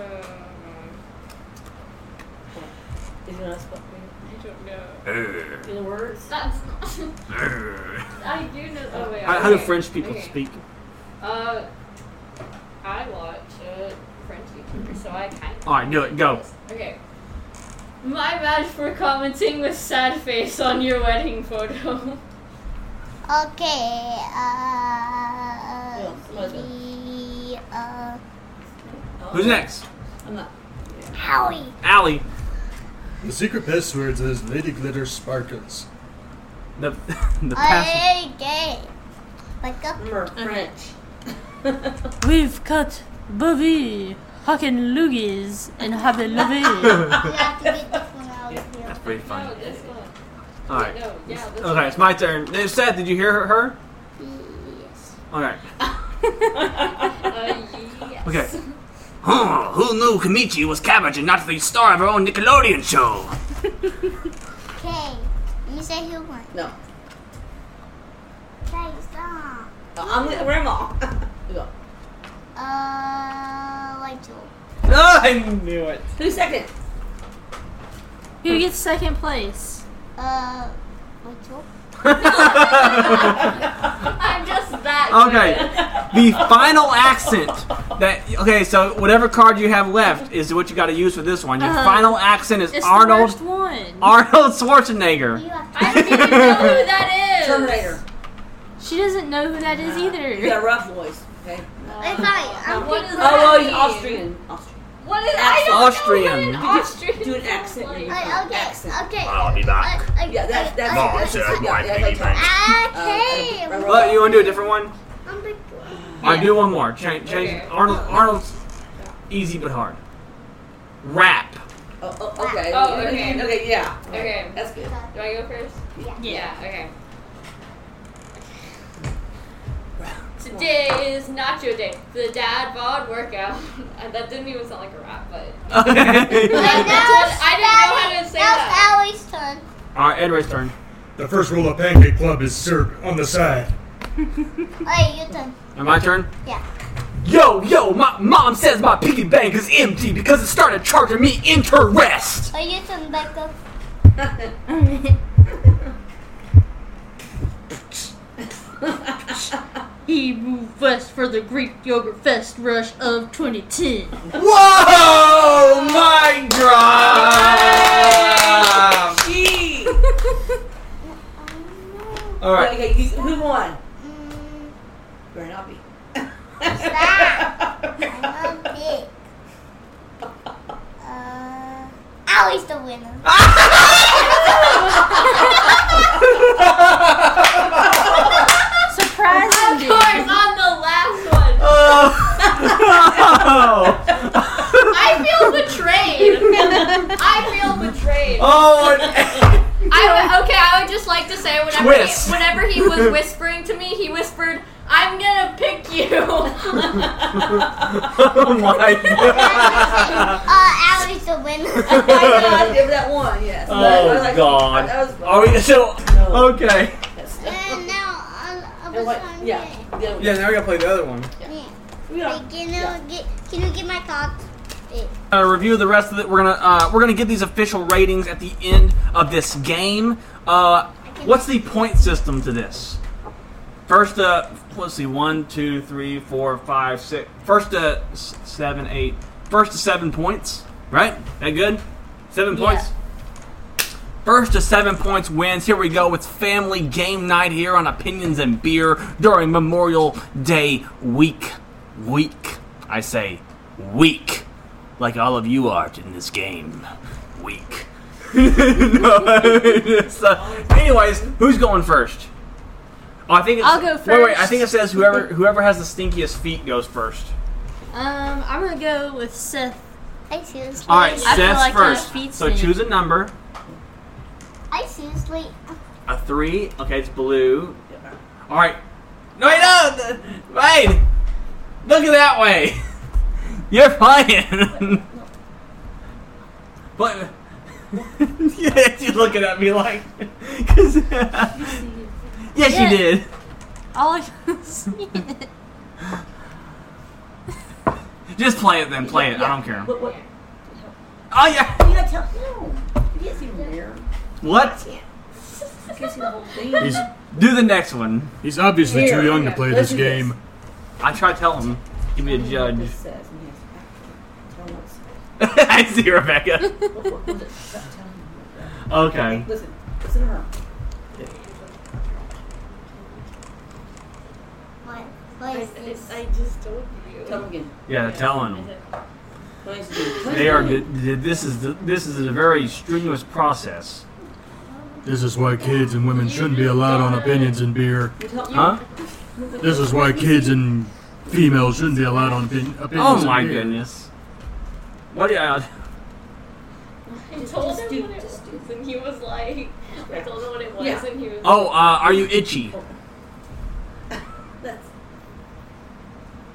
Speaker 7: Is it not spelled
Speaker 9: I don't know.
Speaker 7: in the words?
Speaker 9: That's not. I do know. Oh, wait,
Speaker 4: How, how do
Speaker 9: okay,
Speaker 4: French people
Speaker 9: okay.
Speaker 4: speak?
Speaker 9: Uh, I watch uh, a French YouTuber, so I kind of.
Speaker 4: All right. Do it. Go.
Speaker 9: Okay. My bad for commenting with sad face on your wedding photo.
Speaker 5: Okay, uh,
Speaker 7: might as well.
Speaker 5: the, uh,
Speaker 4: Who's next?
Speaker 7: Oh, I'm not.
Speaker 5: Howie.
Speaker 4: Allie.
Speaker 8: The secret password is Lady Glitter Sparkles.
Speaker 4: The the pass.
Speaker 5: I gay. Like a
Speaker 7: Remember French.
Speaker 6: We've cut Bobby, Hockin' Loogies, and have a lovely.
Speaker 5: you have to get this one out of here.
Speaker 4: That's pretty funny.
Speaker 9: No, this one.
Speaker 4: All right.
Speaker 9: No, Oh, yeah, this
Speaker 4: Okay, it's my turn. Uh, Seth, did you hear her? her?
Speaker 5: Yes.
Speaker 4: Okay.
Speaker 9: one. Uh, yes.
Speaker 4: Okay. Huh, who knew Kamichi was cabbage and not the star of her own Nickelodeon show?
Speaker 5: Okay. Let me say who won.
Speaker 7: No.
Speaker 5: Okay, stop.
Speaker 7: I'm the grandma. Go.
Speaker 5: Uh, Rachel.
Speaker 4: Oh, I knew it.
Speaker 7: Who's second?
Speaker 6: Who gets second place?
Speaker 5: Uh, Rachel.
Speaker 9: I'm just that.
Speaker 4: Okay.
Speaker 9: good.
Speaker 4: The final accent that okay, so whatever card you have left is what you got to use for this one. Your
Speaker 6: Uh-huh.
Speaker 4: final accent is
Speaker 6: It's
Speaker 4: Arnold
Speaker 6: the worst one.
Speaker 4: Arnold Schwarzenegger.
Speaker 5: You have
Speaker 9: I don't even know who that is.
Speaker 7: Terminator.
Speaker 6: she doesn't know who that is
Speaker 7: You got
Speaker 6: either.
Speaker 7: a rough voice. Okay.
Speaker 5: It's alright. I'm
Speaker 9: What is
Speaker 7: Oh,
Speaker 9: that?
Speaker 7: well, he's
Speaker 9: mean?
Speaker 7: Austrian. Austrian.
Speaker 9: What is I don't
Speaker 4: Austrian.
Speaker 9: Know what an Austrian.
Speaker 7: Do an
Speaker 9: sounds
Speaker 7: accent.
Speaker 9: like.
Speaker 7: maybe.
Speaker 5: I, okay,
Speaker 7: Accent.
Speaker 5: okay.
Speaker 1: I'll be back.
Speaker 5: I, I,
Speaker 7: Yeah, that's that's.
Speaker 5: I,
Speaker 1: No,
Speaker 5: I,
Speaker 1: it's a-
Speaker 7: yeah,
Speaker 1: my
Speaker 7: yeah,
Speaker 1: baby
Speaker 7: like-
Speaker 1: thing.
Speaker 5: Okay.
Speaker 7: Uh,
Speaker 4: But you want to do a different one?
Speaker 5: I'm big.
Speaker 4: I do one more. Change, change
Speaker 9: Okay.
Speaker 4: Arnold. Arnold's easy but hard. Rap.
Speaker 7: Oh, oh, okay.
Speaker 9: Oh,
Speaker 7: You- you-
Speaker 9: okay.
Speaker 7: Okay. Yeah.
Speaker 9: Okay.
Speaker 7: That's good.
Speaker 9: Do I go first?
Speaker 5: Yeah.
Speaker 9: Yeah. Okay. day is nacho day. The dad bod workout. And that didn't even sound like a rap, but.
Speaker 5: Wait, now
Speaker 9: I
Speaker 5: it's
Speaker 9: didn't know how
Speaker 5: Sally-
Speaker 9: to say
Speaker 5: now
Speaker 9: that.
Speaker 5: it's Allie's turn.
Speaker 4: All right, Edward's turn.
Speaker 8: The first rule of Pancake Club is served on the side.
Speaker 5: Wait, your turn.
Speaker 4: And my turn?
Speaker 5: Yeah.
Speaker 4: Yo, yo, my mom says my piggy bank is empty because it started charging me interest.
Speaker 5: Wait, your turn, Becca.
Speaker 6: He moved west for the Greek yogurt fest rush of 2010.
Speaker 4: Whoa, my drop!
Speaker 9: E.
Speaker 7: Gee.
Speaker 4: All right,
Speaker 7: Okay, you, who won?
Speaker 5: Mm,
Speaker 7: Burnaby.
Speaker 5: I'm big. Uh, Allie's the winner.
Speaker 9: Of
Speaker 6: Surprisingly,
Speaker 9: course, on the last one.
Speaker 4: Oh,
Speaker 9: I feel betrayed. I feel betrayed.
Speaker 4: oh, and-
Speaker 9: I would, okay, I would just like to say whenever
Speaker 4: Twist.
Speaker 9: he, whenever he was whispering to me, he whispered, "I'm gonna pick you."
Speaker 4: oh my god.
Speaker 5: uh, Allie's the winner.
Speaker 7: I got give that one, yes.
Speaker 4: Oh,
Speaker 7: That was like-
Speaker 4: God.
Speaker 7: That was
Speaker 4: Are we Oh. so?
Speaker 7: No.
Speaker 4: Okay.
Speaker 5: and now uh, I, I
Speaker 7: And
Speaker 5: was
Speaker 7: what?
Speaker 5: on
Speaker 7: Yeah.
Speaker 5: it.
Speaker 7: The other one.
Speaker 4: now we gotta play the other one.
Speaker 5: Yeah.
Speaker 7: Yeah.
Speaker 5: Wait, can, you get, can you get my cards?
Speaker 4: uh, review the rest of it. We're gonna uh, we're gonna give these official ratings at the end of this game. Uh, what's the point system to this? First, uh, let's see, one, two, three, four, five, six. First to s- seven, eight. First to seven points. Right? That good? Seven
Speaker 6: Yeah.
Speaker 4: points. First to seven points wins. Here we go. It's family game night here on Opinions and Beer during Memorial Day week. Week. I say week. Like all of you are in this game. Week. no, it's, uh, anyways, who's going first? Oh, I think it's,
Speaker 6: I'll go
Speaker 4: Wait, wait. I
Speaker 6: first.
Speaker 4: think it says whoever whoever has the stinkiest feet goes first.
Speaker 6: um, I'm gonna go with Seth.
Speaker 5: I seriously.
Speaker 4: All right,
Speaker 6: I feel
Speaker 4: Seth's
Speaker 6: like
Speaker 4: first.
Speaker 6: that feet
Speaker 4: so
Speaker 6: stink.
Speaker 4: choose a number.
Speaker 5: I seriously.
Speaker 4: A three. Okay, it's blue. All right. No, wait, no. th- Wait. Look at that way. You're playing. but yeah, she's looking at me like. 'cause- yes,
Speaker 6: Yeah.
Speaker 4: you did.
Speaker 6: All I can see is
Speaker 4: Just play it then. Play it. I don't care.
Speaker 7: What, what?
Speaker 4: Oh yeah.
Speaker 7: You gotta tell no. You can't see where.
Speaker 4: What?
Speaker 7: You can't see the whole thing.
Speaker 8: He's
Speaker 4: Do the next one.
Speaker 8: he's obviously
Speaker 7: Here,
Speaker 8: too young to
Speaker 7: yeah,
Speaker 8: play
Speaker 7: let's
Speaker 8: this
Speaker 7: do this.
Speaker 8: game.
Speaker 4: I try to tell him. Give me a judge.
Speaker 7: This says, and he has to act on it. Tell him what it says.
Speaker 4: I see Rebecca.
Speaker 7: Look for it. Look at it. Tell him.
Speaker 4: Okay.
Speaker 7: Listen, listen to her.
Speaker 5: What, what is this?
Speaker 9: I just told
Speaker 7: Tell
Speaker 9: you.
Speaker 7: him again.
Speaker 4: Yeah, tell him.
Speaker 7: What is it?
Speaker 4: They are. th- th- This is the, this is a very strenuous process.
Speaker 8: This is why kids and women shouldn't be allowed on opinions and beer.
Speaker 7: You tell- you-
Speaker 4: Huh?
Speaker 8: This is why kids and females shouldn't be allowed on opin- opinions
Speaker 4: Oh
Speaker 8: and
Speaker 4: my
Speaker 8: beer.
Speaker 4: goodness. What? Yeah.
Speaker 9: I told him what it was, and he was like, I told him what it was,
Speaker 7: Yeah.
Speaker 9: and he was.
Speaker 4: Oh, uh, are you itchy?
Speaker 7: That's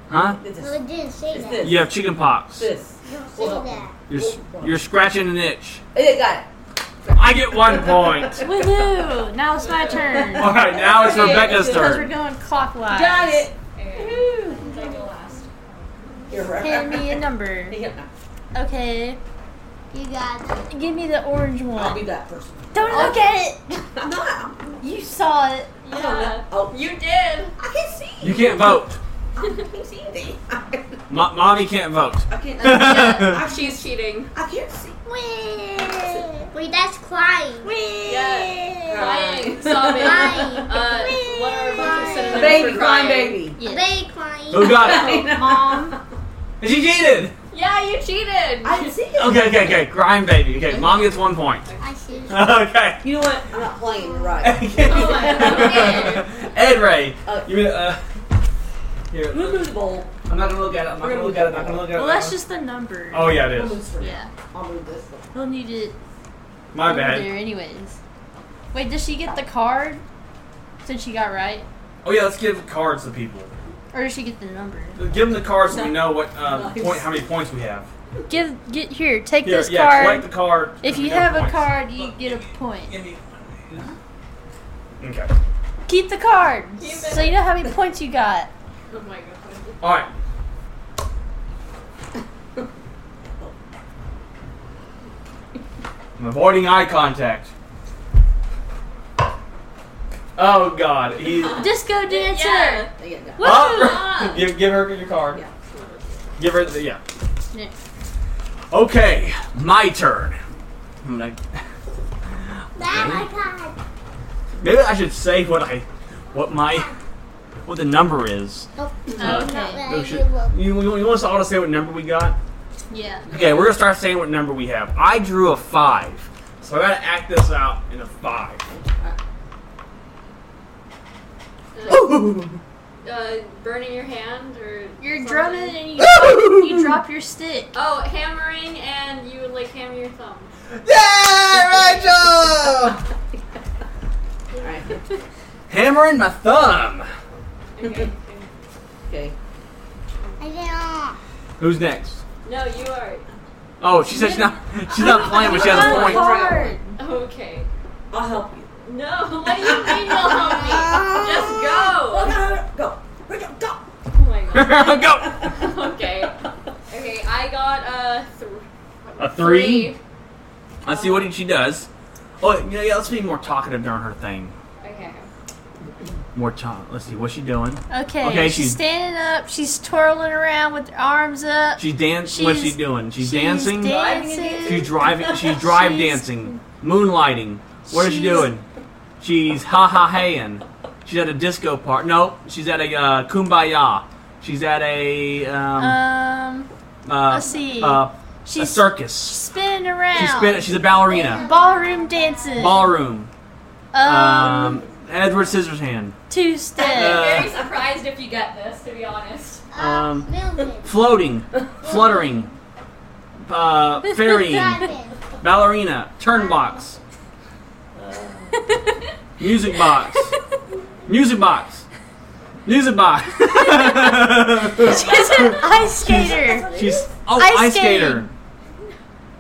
Speaker 4: Huh?
Speaker 7: this.
Speaker 5: No, it didn't say
Speaker 7: It's
Speaker 5: that.
Speaker 7: this.
Speaker 4: You have chicken pox.
Speaker 7: This.
Speaker 5: Don't say that.
Speaker 4: You're s- you're scratching an itch.
Speaker 7: It got it.
Speaker 4: I get one point.
Speaker 6: woohoo. Now it's my turn
Speaker 4: All right, now it's Rebecca's
Speaker 6: because we're
Speaker 4: turn.
Speaker 6: going clockwise.
Speaker 7: Got it.
Speaker 9: Woohoo! I go last.
Speaker 7: You're
Speaker 6: Hand me a
Speaker 7: right.
Speaker 6: number.
Speaker 7: Yeah,
Speaker 6: Okay,
Speaker 5: You got it.
Speaker 6: give me the orange
Speaker 7: I'll be
Speaker 6: one.
Speaker 7: that person.
Speaker 6: Don't look at it.
Speaker 7: I'm not.
Speaker 6: You saw it.
Speaker 7: I don't know.
Speaker 9: Yeah.
Speaker 7: Oh,
Speaker 9: You did.
Speaker 7: I can see.
Speaker 4: You can't vote.
Speaker 7: I can see anything. I
Speaker 4: Mo- mommy can't vote.
Speaker 7: can't. I can't.
Speaker 9: She's cheating.
Speaker 7: I can't see.
Speaker 5: Wait. Wait, that's crying.
Speaker 9: Yeah. Crying, sobbing.
Speaker 5: Crying.
Speaker 9: Uh, what are a bunch of synonyms
Speaker 7: Baby,
Speaker 9: for
Speaker 7: crying baby.
Speaker 5: A Baby crying.
Speaker 4: Who got it?
Speaker 7: Mom.
Speaker 4: She cheated.
Speaker 9: Yeah, you cheated.
Speaker 7: I didn't see it.
Speaker 4: Okay, okay, okay. Crying baby. Okay, mom gets one point.
Speaker 5: I seriously.
Speaker 4: Okay.
Speaker 7: You know what? I'm not playing. You're right.
Speaker 4: Ed Ray.
Speaker 7: Uh,
Speaker 4: You mean, uh, here,
Speaker 7: Who moved the bowl?
Speaker 4: I'm not gonna look at it. I'm not gonna look at it. I'm not gonna look at it.
Speaker 6: Well, that's just the number.
Speaker 4: Oh yeah, it
Speaker 7: Who
Speaker 4: is.
Speaker 7: moves first?
Speaker 6: Yeah,
Speaker 7: I'll move this one.
Speaker 6: we'll need it
Speaker 4: My
Speaker 6: over
Speaker 4: bad.
Speaker 6: there anyways. Wait, does she get the card? Since she got right.
Speaker 4: Oh yeah, let's give cards to people.
Speaker 6: Or you should get the number.
Speaker 4: Give him the card so we know what um, point, how many points we have.
Speaker 6: Give get here. Take
Speaker 4: Yeah,
Speaker 6: this
Speaker 4: yeah,
Speaker 6: card.
Speaker 4: collect the card.
Speaker 6: if
Speaker 4: and
Speaker 6: you
Speaker 4: get
Speaker 6: have a
Speaker 4: points.
Speaker 6: card, you get a point.
Speaker 4: Give me- Okay.
Speaker 6: Keep the card,
Speaker 2: Keep it.
Speaker 6: so you know how many points you got.
Speaker 2: Oh my god.
Speaker 4: All right. I'm avoiding eye contact. Oh God, he.
Speaker 6: Disco dancer.
Speaker 2: Yeah. They get down.
Speaker 6: Woo!
Speaker 4: Oh, give, give her your card.
Speaker 2: Yeah.
Speaker 4: Give her the yeah.
Speaker 6: Yeah.
Speaker 4: Okay, my turn. I'm gonna-
Speaker 5: That my card.
Speaker 4: Maybe I should say what I, what my, what the number is.
Speaker 5: Nope.
Speaker 2: Oh,
Speaker 6: Okay.
Speaker 5: Oh, Not
Speaker 4: You,
Speaker 5: letting you look.
Speaker 4: you, you want us all to say what number we got?
Speaker 6: Yeah.
Speaker 4: Okay, we're gonna start saying what number we have. I drew a five, so I gotta act this out in a five.
Speaker 2: Uh, burning your hand or.
Speaker 6: You're
Speaker 2: something?
Speaker 6: drumming and you drop, you drop your stick.
Speaker 2: Oh, hammering and you would like hammer your thumb.
Speaker 4: Yeah, Rachel!
Speaker 7: Alright.
Speaker 4: Hammering my thumb.
Speaker 2: Okay.
Speaker 7: Okay.
Speaker 5: I don't.
Speaker 4: Who's next?
Speaker 2: no, you are.
Speaker 4: Oh, she said she's not. She's not playing, but she has a
Speaker 6: Run
Speaker 4: point.
Speaker 6: hard.
Speaker 2: Okay.
Speaker 7: I'll help you.
Speaker 2: No, what do you mean you'll help me? Just
Speaker 7: Go,
Speaker 2: go!
Speaker 7: go, go. Go, go, go.
Speaker 2: Oh my god.
Speaker 4: Go.
Speaker 2: Okay. Okay, I got a three.
Speaker 4: A three? Let's see what she does. Oh, yeah, yeah. Let's be more talkative during her thing.
Speaker 2: Okay.
Speaker 4: More talk. Let's see what's she doing.
Speaker 6: Okay.
Speaker 4: Okay,
Speaker 6: she's
Speaker 4: she's-
Speaker 6: standing up. She's twirling around with her arms up.
Speaker 4: She's dancing. What's she
Speaker 6: She's-
Speaker 4: doing? She's,
Speaker 6: she's
Speaker 4: dancing.
Speaker 6: dancing.
Speaker 4: She's driving. She's drive
Speaker 6: She's-
Speaker 4: dancing. Moonlighting. What is she
Speaker 6: She's-
Speaker 4: doing? She's ha ha haying. She's at a disco party. No, she's at a uh, kumbaya. She's at a um,
Speaker 6: Um,
Speaker 4: uh,
Speaker 6: let's see.
Speaker 4: Uh, a
Speaker 6: she's
Speaker 4: circus.
Speaker 6: spinning around.
Speaker 4: She's spin- she's a ballerina.
Speaker 6: Ballroom dancing.
Speaker 4: Ballroom.
Speaker 6: um,
Speaker 4: Um, Edward Scissorhand.
Speaker 6: two step.
Speaker 2: I'm
Speaker 4: Uh,
Speaker 2: very surprised if you get this, to be honest.
Speaker 5: "Oh,
Speaker 4: Um,
Speaker 5: Milton.
Speaker 4: floating, fluttering, uh, ferrying,
Speaker 5: Driving.
Speaker 4: ballerina, turn box, music box, music box, music box.
Speaker 6: she's an ice skater.
Speaker 4: She's oh
Speaker 6: Ice
Speaker 4: ice, skater,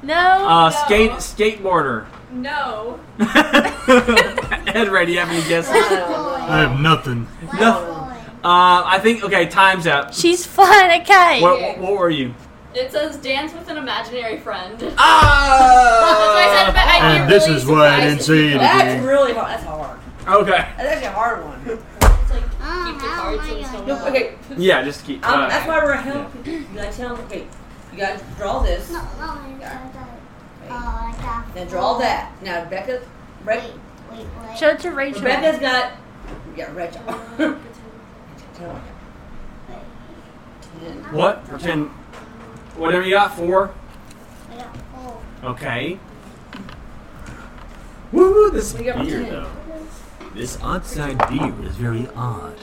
Speaker 6: No.
Speaker 4: uh, skate skateboarder.
Speaker 2: No.
Speaker 4: Ed, ready? You have any guesses?
Speaker 8: I have nothing.
Speaker 4: No. Uh, I think okay. Time's up.
Speaker 6: she's flying a kite.
Speaker 4: What, what, what were you?
Speaker 2: It says dance with an imaginary friend. That's what I said
Speaker 4: Ah!
Speaker 2: about I'd be
Speaker 8: And this
Speaker 2: really
Speaker 8: is why I didn't
Speaker 2: surprised
Speaker 8: say
Speaker 2: if you-
Speaker 8: it.
Speaker 7: That's really hard. That's hard.
Speaker 4: Okay.
Speaker 7: That's actually a hard one.
Speaker 2: It's like, keep
Speaker 5: Oh,
Speaker 2: the
Speaker 5: how am
Speaker 2: cards
Speaker 5: I
Speaker 2: and
Speaker 5: gonna
Speaker 2: so
Speaker 5: know?
Speaker 2: on.
Speaker 7: Okay.
Speaker 4: Yeah, just keep.
Speaker 7: Um,
Speaker 4: uh,
Speaker 7: that's why we're helping. You gotta tell them, wait, you gotta draw this.
Speaker 5: No, no, I got that. Oh, I got
Speaker 7: Now draw that. Now Becca,
Speaker 5: Wait,
Speaker 7: Re-
Speaker 5: wait, wait.
Speaker 6: Show it to Rachel.
Speaker 7: Rebecca's got. Yeah,
Speaker 2: Uh,
Speaker 7: Rachel. Tell her. Ten.
Speaker 4: What? Pretend. Whatever you got, four.
Speaker 5: I got four.
Speaker 4: Okay. Woo! This
Speaker 7: We got ten.
Speaker 4: This outside beer is very odd.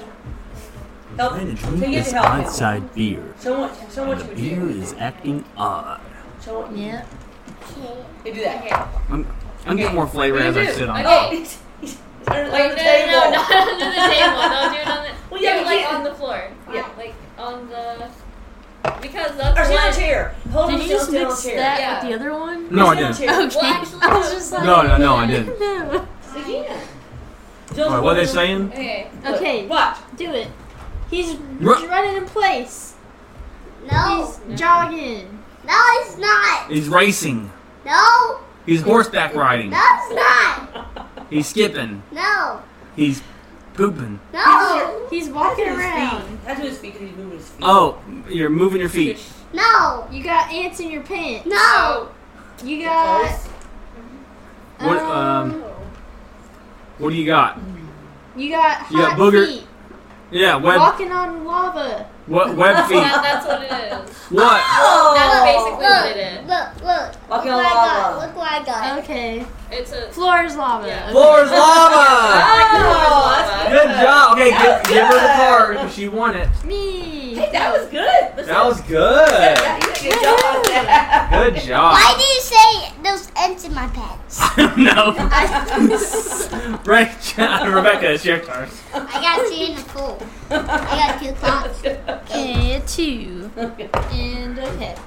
Speaker 7: Help. So you have to help him.
Speaker 4: beer.
Speaker 7: So much, so much would you.
Speaker 4: is acting odd.
Speaker 7: So much.
Speaker 6: Yeah.
Speaker 5: Okay.
Speaker 7: You do that.
Speaker 2: Okay.
Speaker 4: I'm getting more flavor as I
Speaker 7: do?
Speaker 4: sit on. it.
Speaker 2: Okay.
Speaker 7: He's he's under
Speaker 2: Wait,
Speaker 7: the
Speaker 2: no, no, no,
Speaker 7: table.
Speaker 2: not under the table. Don't do it on the.
Speaker 7: Well,
Speaker 2: do
Speaker 7: yeah,
Speaker 2: it,
Speaker 7: you
Speaker 2: like
Speaker 7: can't.
Speaker 2: on the floor.
Speaker 7: Yeah.
Speaker 2: Like on the. Because
Speaker 7: Or
Speaker 2: that's
Speaker 7: sit on a
Speaker 2: what.
Speaker 7: chair. Hold him
Speaker 6: Did you just
Speaker 7: still,
Speaker 6: mix
Speaker 7: sit on a chair.
Speaker 6: that
Speaker 2: Yeah.
Speaker 6: with the other one?
Speaker 4: No, I
Speaker 7: Sit on a
Speaker 4: didn't.
Speaker 7: chair.
Speaker 2: Well, actually, I was just
Speaker 4: No, no, no, I didn't.
Speaker 6: No.
Speaker 7: Again.
Speaker 4: All right, what are they saying?
Speaker 2: Okay.
Speaker 6: Okay,
Speaker 7: What?
Speaker 6: do it. He's, he's
Speaker 4: Ru-
Speaker 6: running in place.
Speaker 5: No,
Speaker 6: He's jogging.
Speaker 5: no, it's not.
Speaker 4: He's racing.
Speaker 5: No,
Speaker 4: He's horseback riding.
Speaker 5: no, it's not.
Speaker 4: He's skipping.
Speaker 5: No,
Speaker 4: He's pooping.
Speaker 5: no,
Speaker 6: He's walking around.
Speaker 7: That's what his feet because he's moving his feet.
Speaker 4: Oh, you're moving your feet.
Speaker 5: no,
Speaker 6: You got ants in your pants.
Speaker 5: no.
Speaker 6: You got
Speaker 4: What um? What do you got?
Speaker 6: you got hot
Speaker 4: You got booger-
Speaker 6: feet.
Speaker 4: Yeah, web.
Speaker 6: Walking on lava.
Speaker 4: What web
Speaker 2: Yeah,
Speaker 4: feet?
Speaker 2: that's what it is.
Speaker 4: What?
Speaker 2: That's
Speaker 7: Oh.
Speaker 2: basically what it is.
Speaker 5: Look, look.
Speaker 7: Walking
Speaker 5: look
Speaker 7: on
Speaker 5: what I got.
Speaker 7: lava.
Speaker 5: Look what I got.
Speaker 6: Okay.
Speaker 2: It's a.
Speaker 6: Floor is lava.
Speaker 2: Yeah.
Speaker 6: Okay.
Speaker 4: Floor's lava.
Speaker 7: Oh,
Speaker 4: Good job. Okay, give, give her the card because she won it.
Speaker 6: Me.
Speaker 7: That was good.
Speaker 4: That was good.
Speaker 7: Yeah, you did a good job.
Speaker 4: Good
Speaker 9: Oh.
Speaker 4: job.
Speaker 5: Why do you say those ants in my pants?
Speaker 4: no. Right, Rebecca, it's your turn.
Speaker 5: I got two in the pool. I got two clocks.
Speaker 10: Yeah, two. And a head.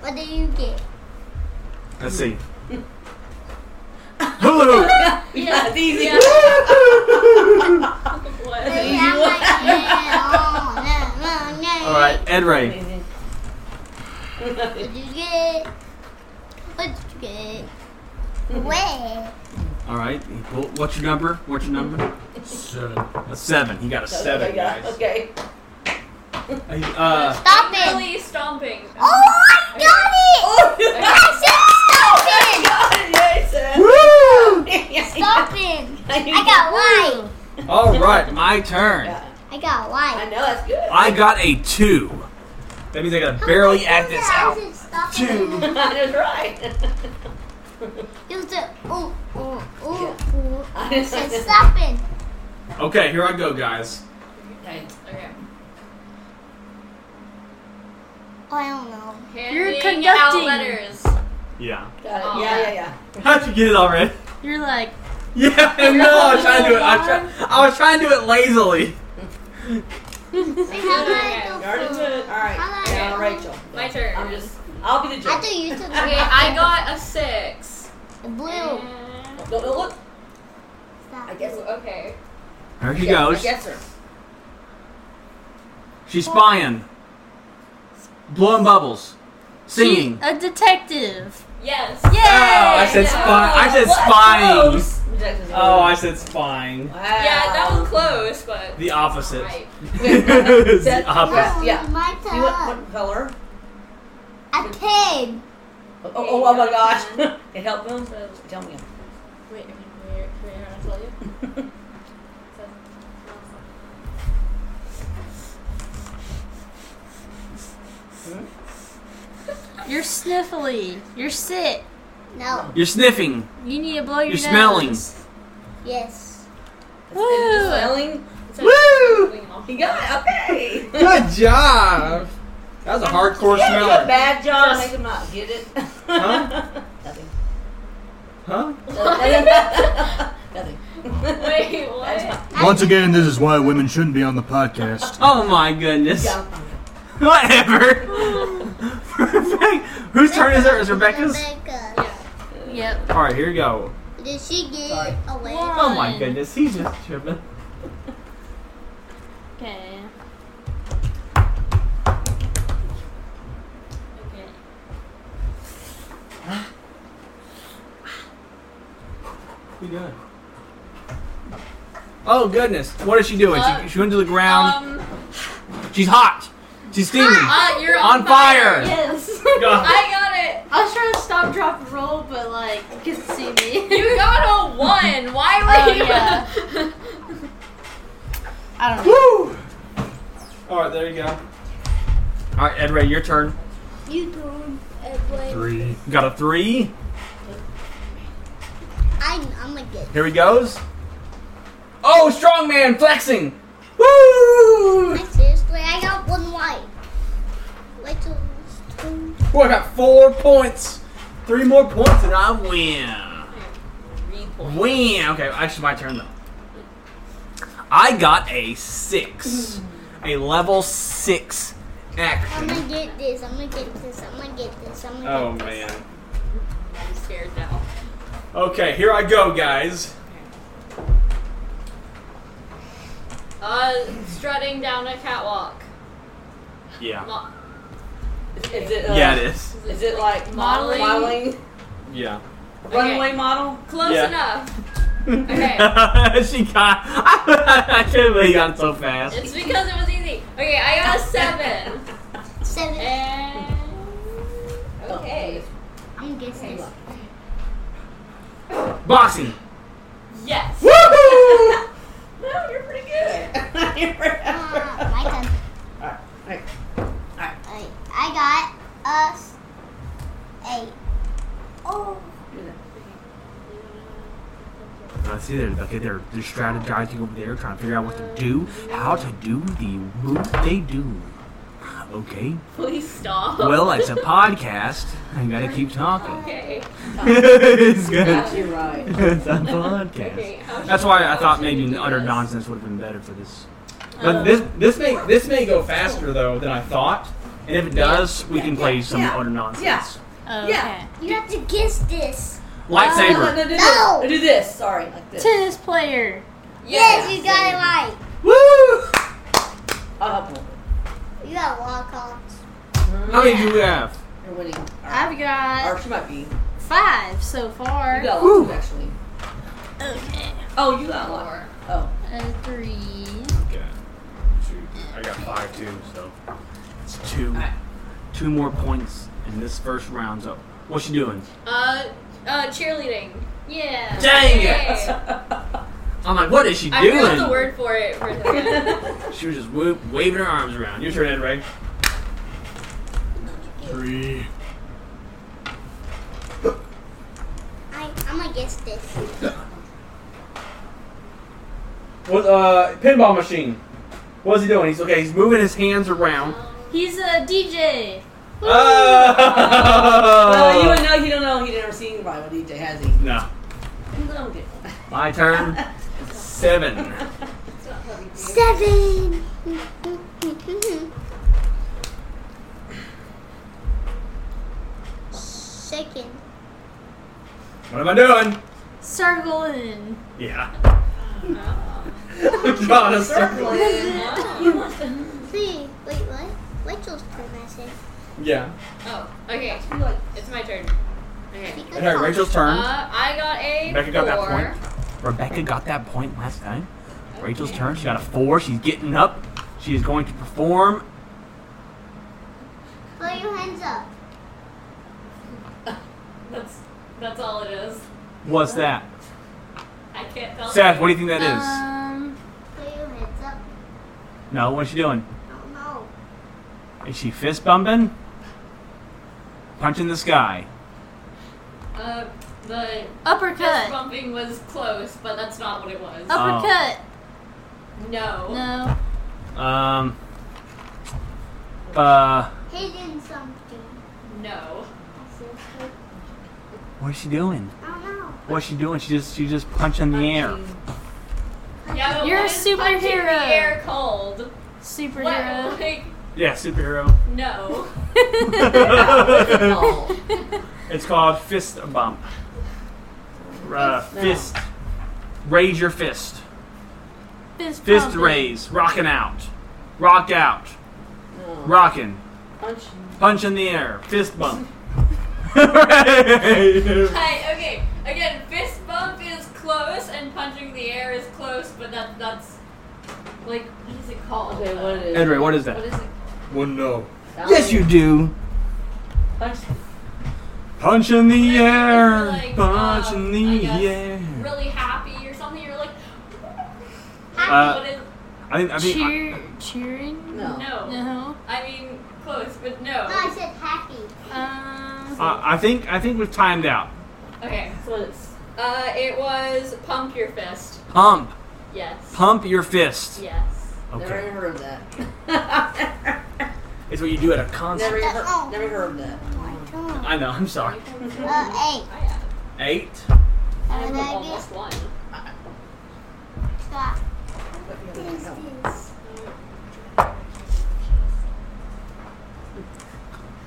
Speaker 5: What do you get?
Speaker 4: Let's see. Hulu!
Speaker 9: Yeah.
Speaker 7: easy.
Speaker 9: Yeah.
Speaker 5: Yeah,
Speaker 9: What?
Speaker 5: I'm like, yeah, oh, no, no, no.
Speaker 4: Alright, Ed Ray.
Speaker 7: Oh
Speaker 5: What did you get? What did you get? Where?
Speaker 4: Alright, he pull- what's your number? What's your number?
Speaker 8: Seven.
Speaker 4: A seven. He got a seven, guys.
Speaker 7: Okay.
Speaker 4: Uh,
Speaker 5: Stop it!
Speaker 9: Really Oh. stomping.
Speaker 5: Oh, I got it!
Speaker 7: Oh
Speaker 5: I said stop it! Stop it! I got white.
Speaker 4: Alright, my turn.
Speaker 5: I got
Speaker 7: I
Speaker 5: white.
Speaker 7: know that's good.
Speaker 4: I got a two. That means I gotta barely act this out.
Speaker 5: Two.
Speaker 7: that's right.
Speaker 5: You said, ooh, ooh, ooh, ooh.
Speaker 7: I
Speaker 5: I
Speaker 7: just-
Speaker 5: said, stop it.
Speaker 4: Okay, here I go, guys.
Speaker 7: Okay.
Speaker 9: Okay.
Speaker 5: Oh, I don't know.
Speaker 10: You're
Speaker 9: Handing out
Speaker 10: conducting.
Speaker 9: letters.
Speaker 4: Yeah.
Speaker 7: Got it. Yeah, yeah, yeah.
Speaker 4: How'd you get it already?
Speaker 10: You're like,
Speaker 4: Yeah, no, I was trying to do it. I, try, I was trying to do it lazily.
Speaker 5: Wait, how do I go
Speaker 7: You already
Speaker 5: first?
Speaker 7: did. All right.
Speaker 5: Hello.
Speaker 7: Now, Rachel.
Speaker 9: My turn.
Speaker 7: I'm just. I'll be the
Speaker 5: I
Speaker 7: judge.
Speaker 5: thought you took
Speaker 9: Okay, I got a six.
Speaker 5: the blue.
Speaker 9: And-
Speaker 7: Look, look, look.
Speaker 5: Stop. Oh,
Speaker 7: I guess.
Speaker 9: Okay.
Speaker 4: There she
Speaker 7: Yeah, I
Speaker 4: goes.
Speaker 7: guess her.
Speaker 4: She's spying, blowing bubbles, singing.
Speaker 10: a detective.
Speaker 9: Yes.
Speaker 10: Yay!
Speaker 4: Oh, I said
Speaker 9: Yeah.
Speaker 4: spy. I said
Speaker 7: What?
Speaker 4: spying.
Speaker 7: Close. Rejected.
Speaker 4: Oh, I said spying.
Speaker 7: Wow.
Speaker 9: Yeah, that was close, but.
Speaker 4: The opposite.
Speaker 9: Right.
Speaker 4: It's the
Speaker 7: That's-
Speaker 4: opposite.
Speaker 5: No,
Speaker 7: Yeah.
Speaker 5: it's my
Speaker 7: You want
Speaker 5: turn.
Speaker 7: what color?
Speaker 5: A pig.
Speaker 7: Oh, oh, oh my gosh. it helped them. Tell me.
Speaker 9: Wait, I mean, where, where I tell you?
Speaker 10: You're sniffly. You're sick.
Speaker 5: No.
Speaker 4: You're sniffing.
Speaker 10: You need to blow your nose.
Speaker 4: You're smelling.
Speaker 5: Yes.
Speaker 10: Woo.
Speaker 7: Smelling.
Speaker 9: It's a-
Speaker 7: You got it. Okay.
Speaker 4: Good job. That was a hardcore
Speaker 7: Yeah, you do a
Speaker 4: smeller.
Speaker 7: bad job. Make them not get it.
Speaker 4: Huh?
Speaker 7: Nothing.
Speaker 4: Huh?
Speaker 7: Nothing.
Speaker 9: Wait, what?
Speaker 8: Once again, this is why women shouldn't be on the podcast.
Speaker 4: Oh my goodness.
Speaker 7: Yeah.
Speaker 4: Whatever. Whose turn is it? Is Rebecca's?
Speaker 5: Rebecca.
Speaker 10: Yep.
Speaker 4: All right, here we go.
Speaker 5: Did she get
Speaker 7: Sorry.
Speaker 5: away?
Speaker 4: Oh my goodness, he's just tripping.
Speaker 10: Okay.
Speaker 9: Okay.
Speaker 4: What you doing? Oh goodness, what is she doing? She, she went to the ground.
Speaker 9: Um,
Speaker 4: She's hot. She's steaming.
Speaker 10: Uh, you're
Speaker 4: on fire.
Speaker 10: Yes.
Speaker 4: God.
Speaker 9: I got it.
Speaker 10: I was trying to stop, drop, and roll, but like, you couldn't see me.
Speaker 9: You got a one. Why
Speaker 10: Oh,
Speaker 9: were you?
Speaker 10: yeah. I don't know.
Speaker 4: Woo! All right, there you go. All right, Ed Ray, your turn.
Speaker 5: You don't. Edwin.
Speaker 8: Three.
Speaker 4: You got a three.
Speaker 5: I'm, I'm gonna get.
Speaker 4: Here he goes. Oh, strong man flexing. Woo!
Speaker 5: I seriously, I got one white. Rachel's turn.
Speaker 4: Boy, I got four points. Three more points, and I win.
Speaker 7: Three points.
Speaker 4: Wham! Okay, actually, my turn though. I got a six, a level six
Speaker 5: I'm
Speaker 4: action.
Speaker 5: gonna get this. I'm gonna get this. I'm gonna get this. I'm gonna
Speaker 4: Oh
Speaker 5: get this.
Speaker 4: man.
Speaker 9: I'm scared now.
Speaker 4: Okay, here I go, guys.
Speaker 9: Uh, strutting down a catwalk.
Speaker 4: Yeah.
Speaker 9: Mo-
Speaker 7: Is it? Uh,
Speaker 4: Yeah, it is.
Speaker 7: Is it like
Speaker 9: Modeling.
Speaker 7: modeling?
Speaker 4: Yeah.
Speaker 7: Runway model?
Speaker 9: Close
Speaker 4: Yeah.
Speaker 9: enough. Okay.
Speaker 4: she got. I can't believe you got it so fast.
Speaker 9: It's because it was easy. Okay, I got a seven.
Speaker 5: Seven.
Speaker 9: And okay.
Speaker 5: I'm gonna get this.
Speaker 4: Boxing.
Speaker 9: Yes.
Speaker 7: Oh,
Speaker 4: Woohoo!
Speaker 7: No, you're pretty good. You're pretty-
Speaker 5: Ah, my turn.
Speaker 7: Alright.
Speaker 5: Alright, I got us eight. Oh.
Speaker 4: I see they're okay. They're, they're strategizing over there, trying to figure out what to do, how to do the move they do. Okay.
Speaker 9: Please stop.
Speaker 4: Well, it's a podcast. I gotta keep talking.
Speaker 9: Okay.
Speaker 4: it's good.
Speaker 7: You're right.
Speaker 4: it's a podcast.
Speaker 9: Okay, how
Speaker 4: That's
Speaker 9: should-
Speaker 4: why I
Speaker 9: how
Speaker 4: thought
Speaker 9: should we
Speaker 4: maybe
Speaker 9: do
Speaker 4: utter
Speaker 9: this?
Speaker 4: nonsense would have been better for this. But this this may this may go faster though than I thought, and if it does, we can play some
Speaker 7: yeah,
Speaker 4: utter nonsense.
Speaker 10: Oh, Okay.
Speaker 7: Yeah.
Speaker 5: You have to kiss this.
Speaker 7: No, no,
Speaker 4: Lightsaber.
Speaker 7: no, no,
Speaker 5: No!
Speaker 7: no. Do this. Sorry, like this.
Speaker 10: Tennis player.
Speaker 5: Yes, you got it right.
Speaker 4: Woo!
Speaker 7: Up.
Speaker 5: You got walk ons.
Speaker 4: How many do we have?
Speaker 7: You're winning.
Speaker 9: Uh,
Speaker 10: I've got
Speaker 7: Or she might be. You
Speaker 10: five so far.
Speaker 7: got lots actually.
Speaker 10: Okay.
Speaker 7: Oh, you got one.
Speaker 9: Four.
Speaker 7: Oh.
Speaker 10: Uh, three.
Speaker 4: Okay. Two. I got five too, so it's two. Two more points in this first round. So what you doing?
Speaker 9: Uh, uh, cheerleading. Yeah.
Speaker 4: Dang it!
Speaker 9: Yay.
Speaker 4: I'm like, what is she
Speaker 9: I
Speaker 4: doing?
Speaker 9: forgot the word for it. For the
Speaker 4: She was just wo- waving her arms around. Your turn, Ed Ray.
Speaker 8: Three.
Speaker 5: I, I'm gonna guess this.
Speaker 4: What uh pinball machine? What's he doing? He's okay. He's moving his hands around.
Speaker 10: He's a DJ.
Speaker 4: Oh!
Speaker 9: Uh,
Speaker 7: Well, you would know. He don't know. He never seen Rival DJ, E has he?
Speaker 4: no.
Speaker 7: You don't get one.
Speaker 4: My turn. Seven.
Speaker 5: Seven. Second.
Speaker 4: What am I doing?
Speaker 10: Circling.
Speaker 4: Yeah. I'm drawing a circle.
Speaker 5: Three. Wait, what? Rachel's turn, I said.
Speaker 4: Yeah.
Speaker 9: oh, okay. It's my turn. Okay.
Speaker 5: Because
Speaker 4: Okay, Rachel's turn.
Speaker 9: Uh, I got a four.
Speaker 4: Becca got that Rebecca got that point last time. Rachel's turn. She got a four. She's getting up. She is going to perform.
Speaker 5: Put your hands up.
Speaker 9: That's that's all it is.
Speaker 4: What's that?
Speaker 9: I can't tell.
Speaker 4: Seth, what do you think
Speaker 5: Uh,
Speaker 4: that
Speaker 10: Um,
Speaker 5: Put your hands up.
Speaker 4: is? No, what's she doing?
Speaker 5: I don't know.
Speaker 4: Is she fist bumping? Punching the sky.
Speaker 9: Uh, the
Speaker 7: Uh.
Speaker 9: fist
Speaker 10: uppercut.
Speaker 9: bumping was close, but that's not what it was.
Speaker 10: Uppercut.
Speaker 4: Oh.
Speaker 9: No.
Speaker 10: No.
Speaker 4: Um. Uh.
Speaker 5: Hidden something.
Speaker 9: No.
Speaker 5: I said, "Hey,
Speaker 4: What's she doing?
Speaker 5: I don't know.
Speaker 4: What's she doing? She just she just punching the air.
Speaker 9: Yeah, but
Speaker 10: You're a
Speaker 9: what is punching the
Speaker 10: superhero.
Speaker 9: Air cold. What?
Speaker 10: Superhero.
Speaker 9: Like,
Speaker 4: Yeah, superhero.
Speaker 9: no.
Speaker 4: it's called fist bump. Uh, fist. Raise your fist.
Speaker 10: Fist,
Speaker 9: Oh,
Speaker 4: Fist
Speaker 10: pumping.
Speaker 4: raise. Rocking out. Rock out.
Speaker 9: Oh.
Speaker 4: Rocking.
Speaker 7: Punch.
Speaker 4: Punch in the air. Fist bump. Right.
Speaker 9: Hi. Okay. Again, fist bump is close, and punching the air is close, but that that's like what is it called?
Speaker 7: Okay, what it is?
Speaker 4: Edward, what is
Speaker 9: What
Speaker 4: that?
Speaker 9: is it?
Speaker 8: One no.
Speaker 4: Yes, you do.
Speaker 7: Punch.
Speaker 4: Punch in the air.
Speaker 9: Like,
Speaker 4: Punch
Speaker 9: um,
Speaker 4: in
Speaker 9: I
Speaker 4: the
Speaker 9: guess
Speaker 4: air.
Speaker 9: Really happy or something. You're like.
Speaker 4: Uh,
Speaker 9: what is,
Speaker 4: I think, I think
Speaker 10: Cheer, cheering.
Speaker 7: No.
Speaker 9: no.
Speaker 10: No.
Speaker 9: I mean, close, but no.
Speaker 5: No, I said happy.
Speaker 10: Um,
Speaker 4: Uh, I think I think we've timed out.
Speaker 9: Okay.
Speaker 7: That's what it's.
Speaker 9: Uh, it was pump your fist.
Speaker 4: Pump,
Speaker 9: Yes.
Speaker 4: pump your fist.
Speaker 9: Yes.
Speaker 7: Never
Speaker 4: Okay,
Speaker 7: even heard of that.
Speaker 4: it's what you do at a
Speaker 7: never,
Speaker 4: concert.
Speaker 7: even heard, never heard of that.
Speaker 5: Uh,
Speaker 4: I know. I'm sorry.
Speaker 5: eight.
Speaker 9: I have.
Speaker 4: Eight.
Speaker 9: I have
Speaker 5: And I
Speaker 9: almost one.
Speaker 5: guess that is this.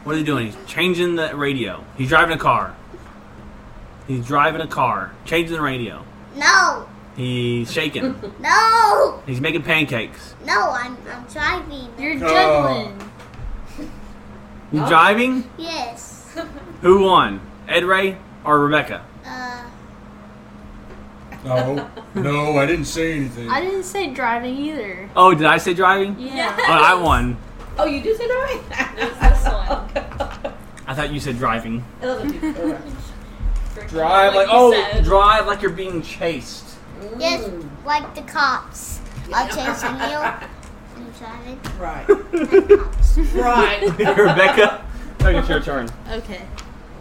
Speaker 4: What are they doing? He's changing the radio. He's driving a car. He's driving a car. Changing the radio.
Speaker 5: No,
Speaker 4: He's shaking.
Speaker 5: no,
Speaker 4: He's making pancakes.
Speaker 5: no, I'm, I'm driving.
Speaker 10: you're juggling.
Speaker 4: You driving?
Speaker 5: Yes.
Speaker 4: Who won? Ed Ray or Rebecca?
Speaker 5: Uh,
Speaker 8: No. No, I didn't say anything.
Speaker 10: I didn't say driving either.
Speaker 4: Oh, did I say driving?
Speaker 10: Yeah.
Speaker 4: Oh, I won.
Speaker 7: Oh, you do say that right?
Speaker 9: It's this one.
Speaker 4: I thought you said driving.
Speaker 7: I love it, dude. All right.
Speaker 4: Drive like
Speaker 9: you
Speaker 4: oh,
Speaker 9: said.
Speaker 4: drive like you're being chased.
Speaker 5: yes,
Speaker 7: Mm,
Speaker 5: like the cops. I'll chase Uh, a meal. I'm driving.
Speaker 7: Right.
Speaker 9: Right.
Speaker 4: Rebecca, I think it's your turn.
Speaker 10: Okay.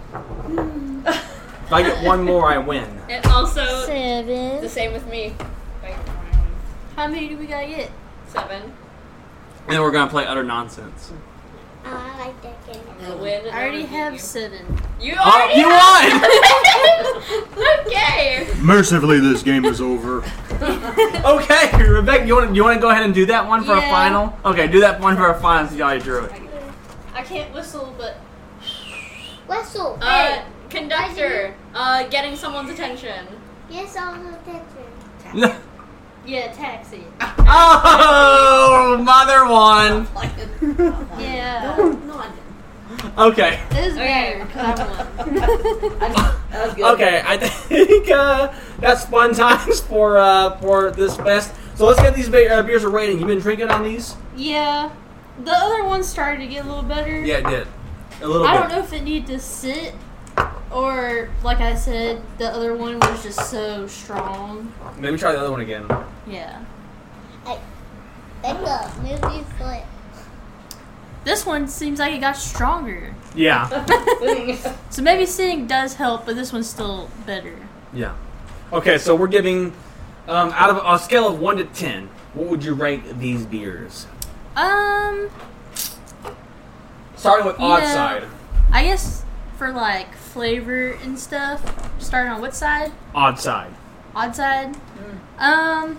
Speaker 4: If I get one more, I win.
Speaker 9: And also the
Speaker 10: Seven.
Speaker 9: same with me. Like,
Speaker 10: How many do we gotta get?
Speaker 9: Seven.
Speaker 4: And then we're gonna play utter nonsense.
Speaker 5: Oh, I like that game.
Speaker 7: I'm gonna win. and
Speaker 6: I already
Speaker 7: I'm gonna beat
Speaker 6: have
Speaker 7: you.
Speaker 6: seven.
Speaker 7: You
Speaker 4: Oh, you
Speaker 7: already won. okay.
Speaker 8: Mercifully, this game is over.
Speaker 4: Okay, Rebecca, you want you want to go ahead and do that one for a
Speaker 6: Yeah.
Speaker 4: final? Okay, do that one for a final. So y'all already drew it.
Speaker 7: I can't whistle, but
Speaker 5: Whistle.
Speaker 7: uh, conductor, uh, getting someone's attention.
Speaker 5: Yes, I'll attention.
Speaker 6: Yeah, taxi.
Speaker 4: oh, mother one.
Speaker 6: Yeah.
Speaker 11: No, no, I didn't.
Speaker 4: Okay,
Speaker 6: It is
Speaker 7: Okay.
Speaker 6: better. 'cause I won.
Speaker 11: That was good.
Speaker 4: okay. I think uh, that's fun times for uh, for this fest. So let's get these be- uh, beers a rating. You been drinking on these?
Speaker 6: Yeah. The other one started to get a little better.
Speaker 4: Yeah, I did. A little
Speaker 6: I
Speaker 4: bit.
Speaker 6: don't know if it needed to sit or, like I said, the other one was just so strong.
Speaker 4: Maybe try the other one again.
Speaker 6: Yeah.
Speaker 5: Becca, move your foot.
Speaker 6: This one seems like it got stronger.
Speaker 4: Yeah.
Speaker 6: So maybe sitting does help, but this one's still better.
Speaker 4: Yeah. Okay, so we're giving um, out of a scale of one to ten. What would you rank these beers?
Speaker 6: Um,
Speaker 4: Starting with odd
Speaker 6: Yeah.
Speaker 4: side.
Speaker 6: I guess for like flavor and stuff, starting on what side?
Speaker 4: Odd side.
Speaker 6: Odd side. Um,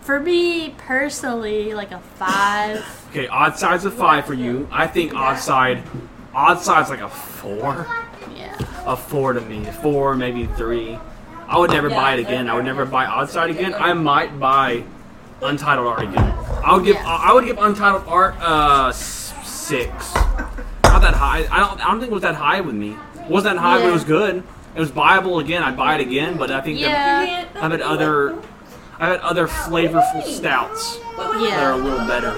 Speaker 6: for me personally, like a five.
Speaker 4: Okay, odd side's a five for you. I think odd side, odd side's like a four,
Speaker 6: yeah.
Speaker 4: a four to me, a four maybe three. I would never buy it again. I would never buy odd side again. I might buy Untitled Art again. I would give
Speaker 6: Yeah.
Speaker 4: I would give Untitled Art uh s- six. Not that high. I don't I don't think it was that high with me. It wasn't that high, but it
Speaker 6: Yeah.
Speaker 4: was good. It was buyable again. I'd buy it again, but I think that-
Speaker 6: Yeah.
Speaker 4: I've had other I've had other flavorful stouts that are a
Speaker 6: Yeah.
Speaker 4: little better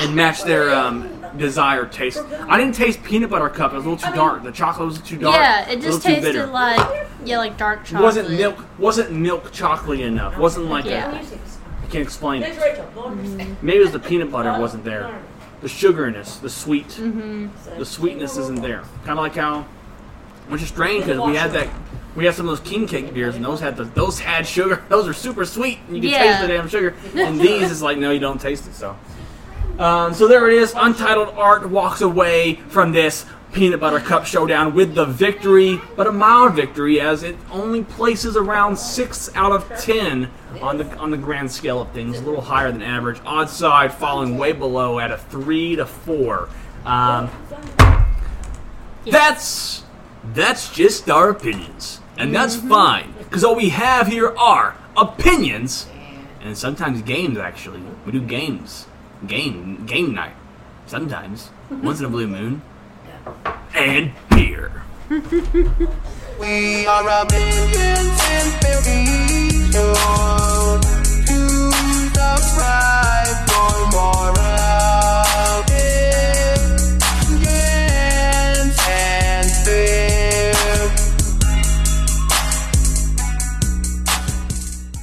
Speaker 4: and match their um, desired taste. I didn't taste peanut butter cup; it was a little too dark. The chocolate was too dark.
Speaker 6: Yeah. It
Speaker 4: a
Speaker 6: just
Speaker 4: little too bitter.
Speaker 6: tasted like yeah, like dark chocolate.
Speaker 4: wasn't milk wasn't milk chocolatey enough. Wasn't like
Speaker 6: Yeah.
Speaker 4: that. I can't explain
Speaker 11: There's
Speaker 4: it.
Speaker 11: Rachel. Don't understand.
Speaker 4: Maybe it was the peanut butter wasn't there. The sugariness, the sweet,
Speaker 6: Mm-hmm.
Speaker 4: the sweetness isn't there. Kind of like how, which is strange because we had that. We had some of those king cake beers, and those had the those had sugar. Those are super sweet. And you can taste
Speaker 6: Yeah.
Speaker 4: the damn sugar. And these is like, no, you don't taste it. So, um, so there it is. Untitled Art walks away from this peanut butter cup showdown with the victory, but a mild victory as it only places around six out of ten on the on the grand scale of things. A little higher than average. Odd side falling way below at a three to four. Um, that's that's just our opinions, and that's fine because all we have here are opinions, and sometimes games. Actually, we do games, game game night, sometimes once in a blue moon, and beer.
Speaker 12: We are a million and billion.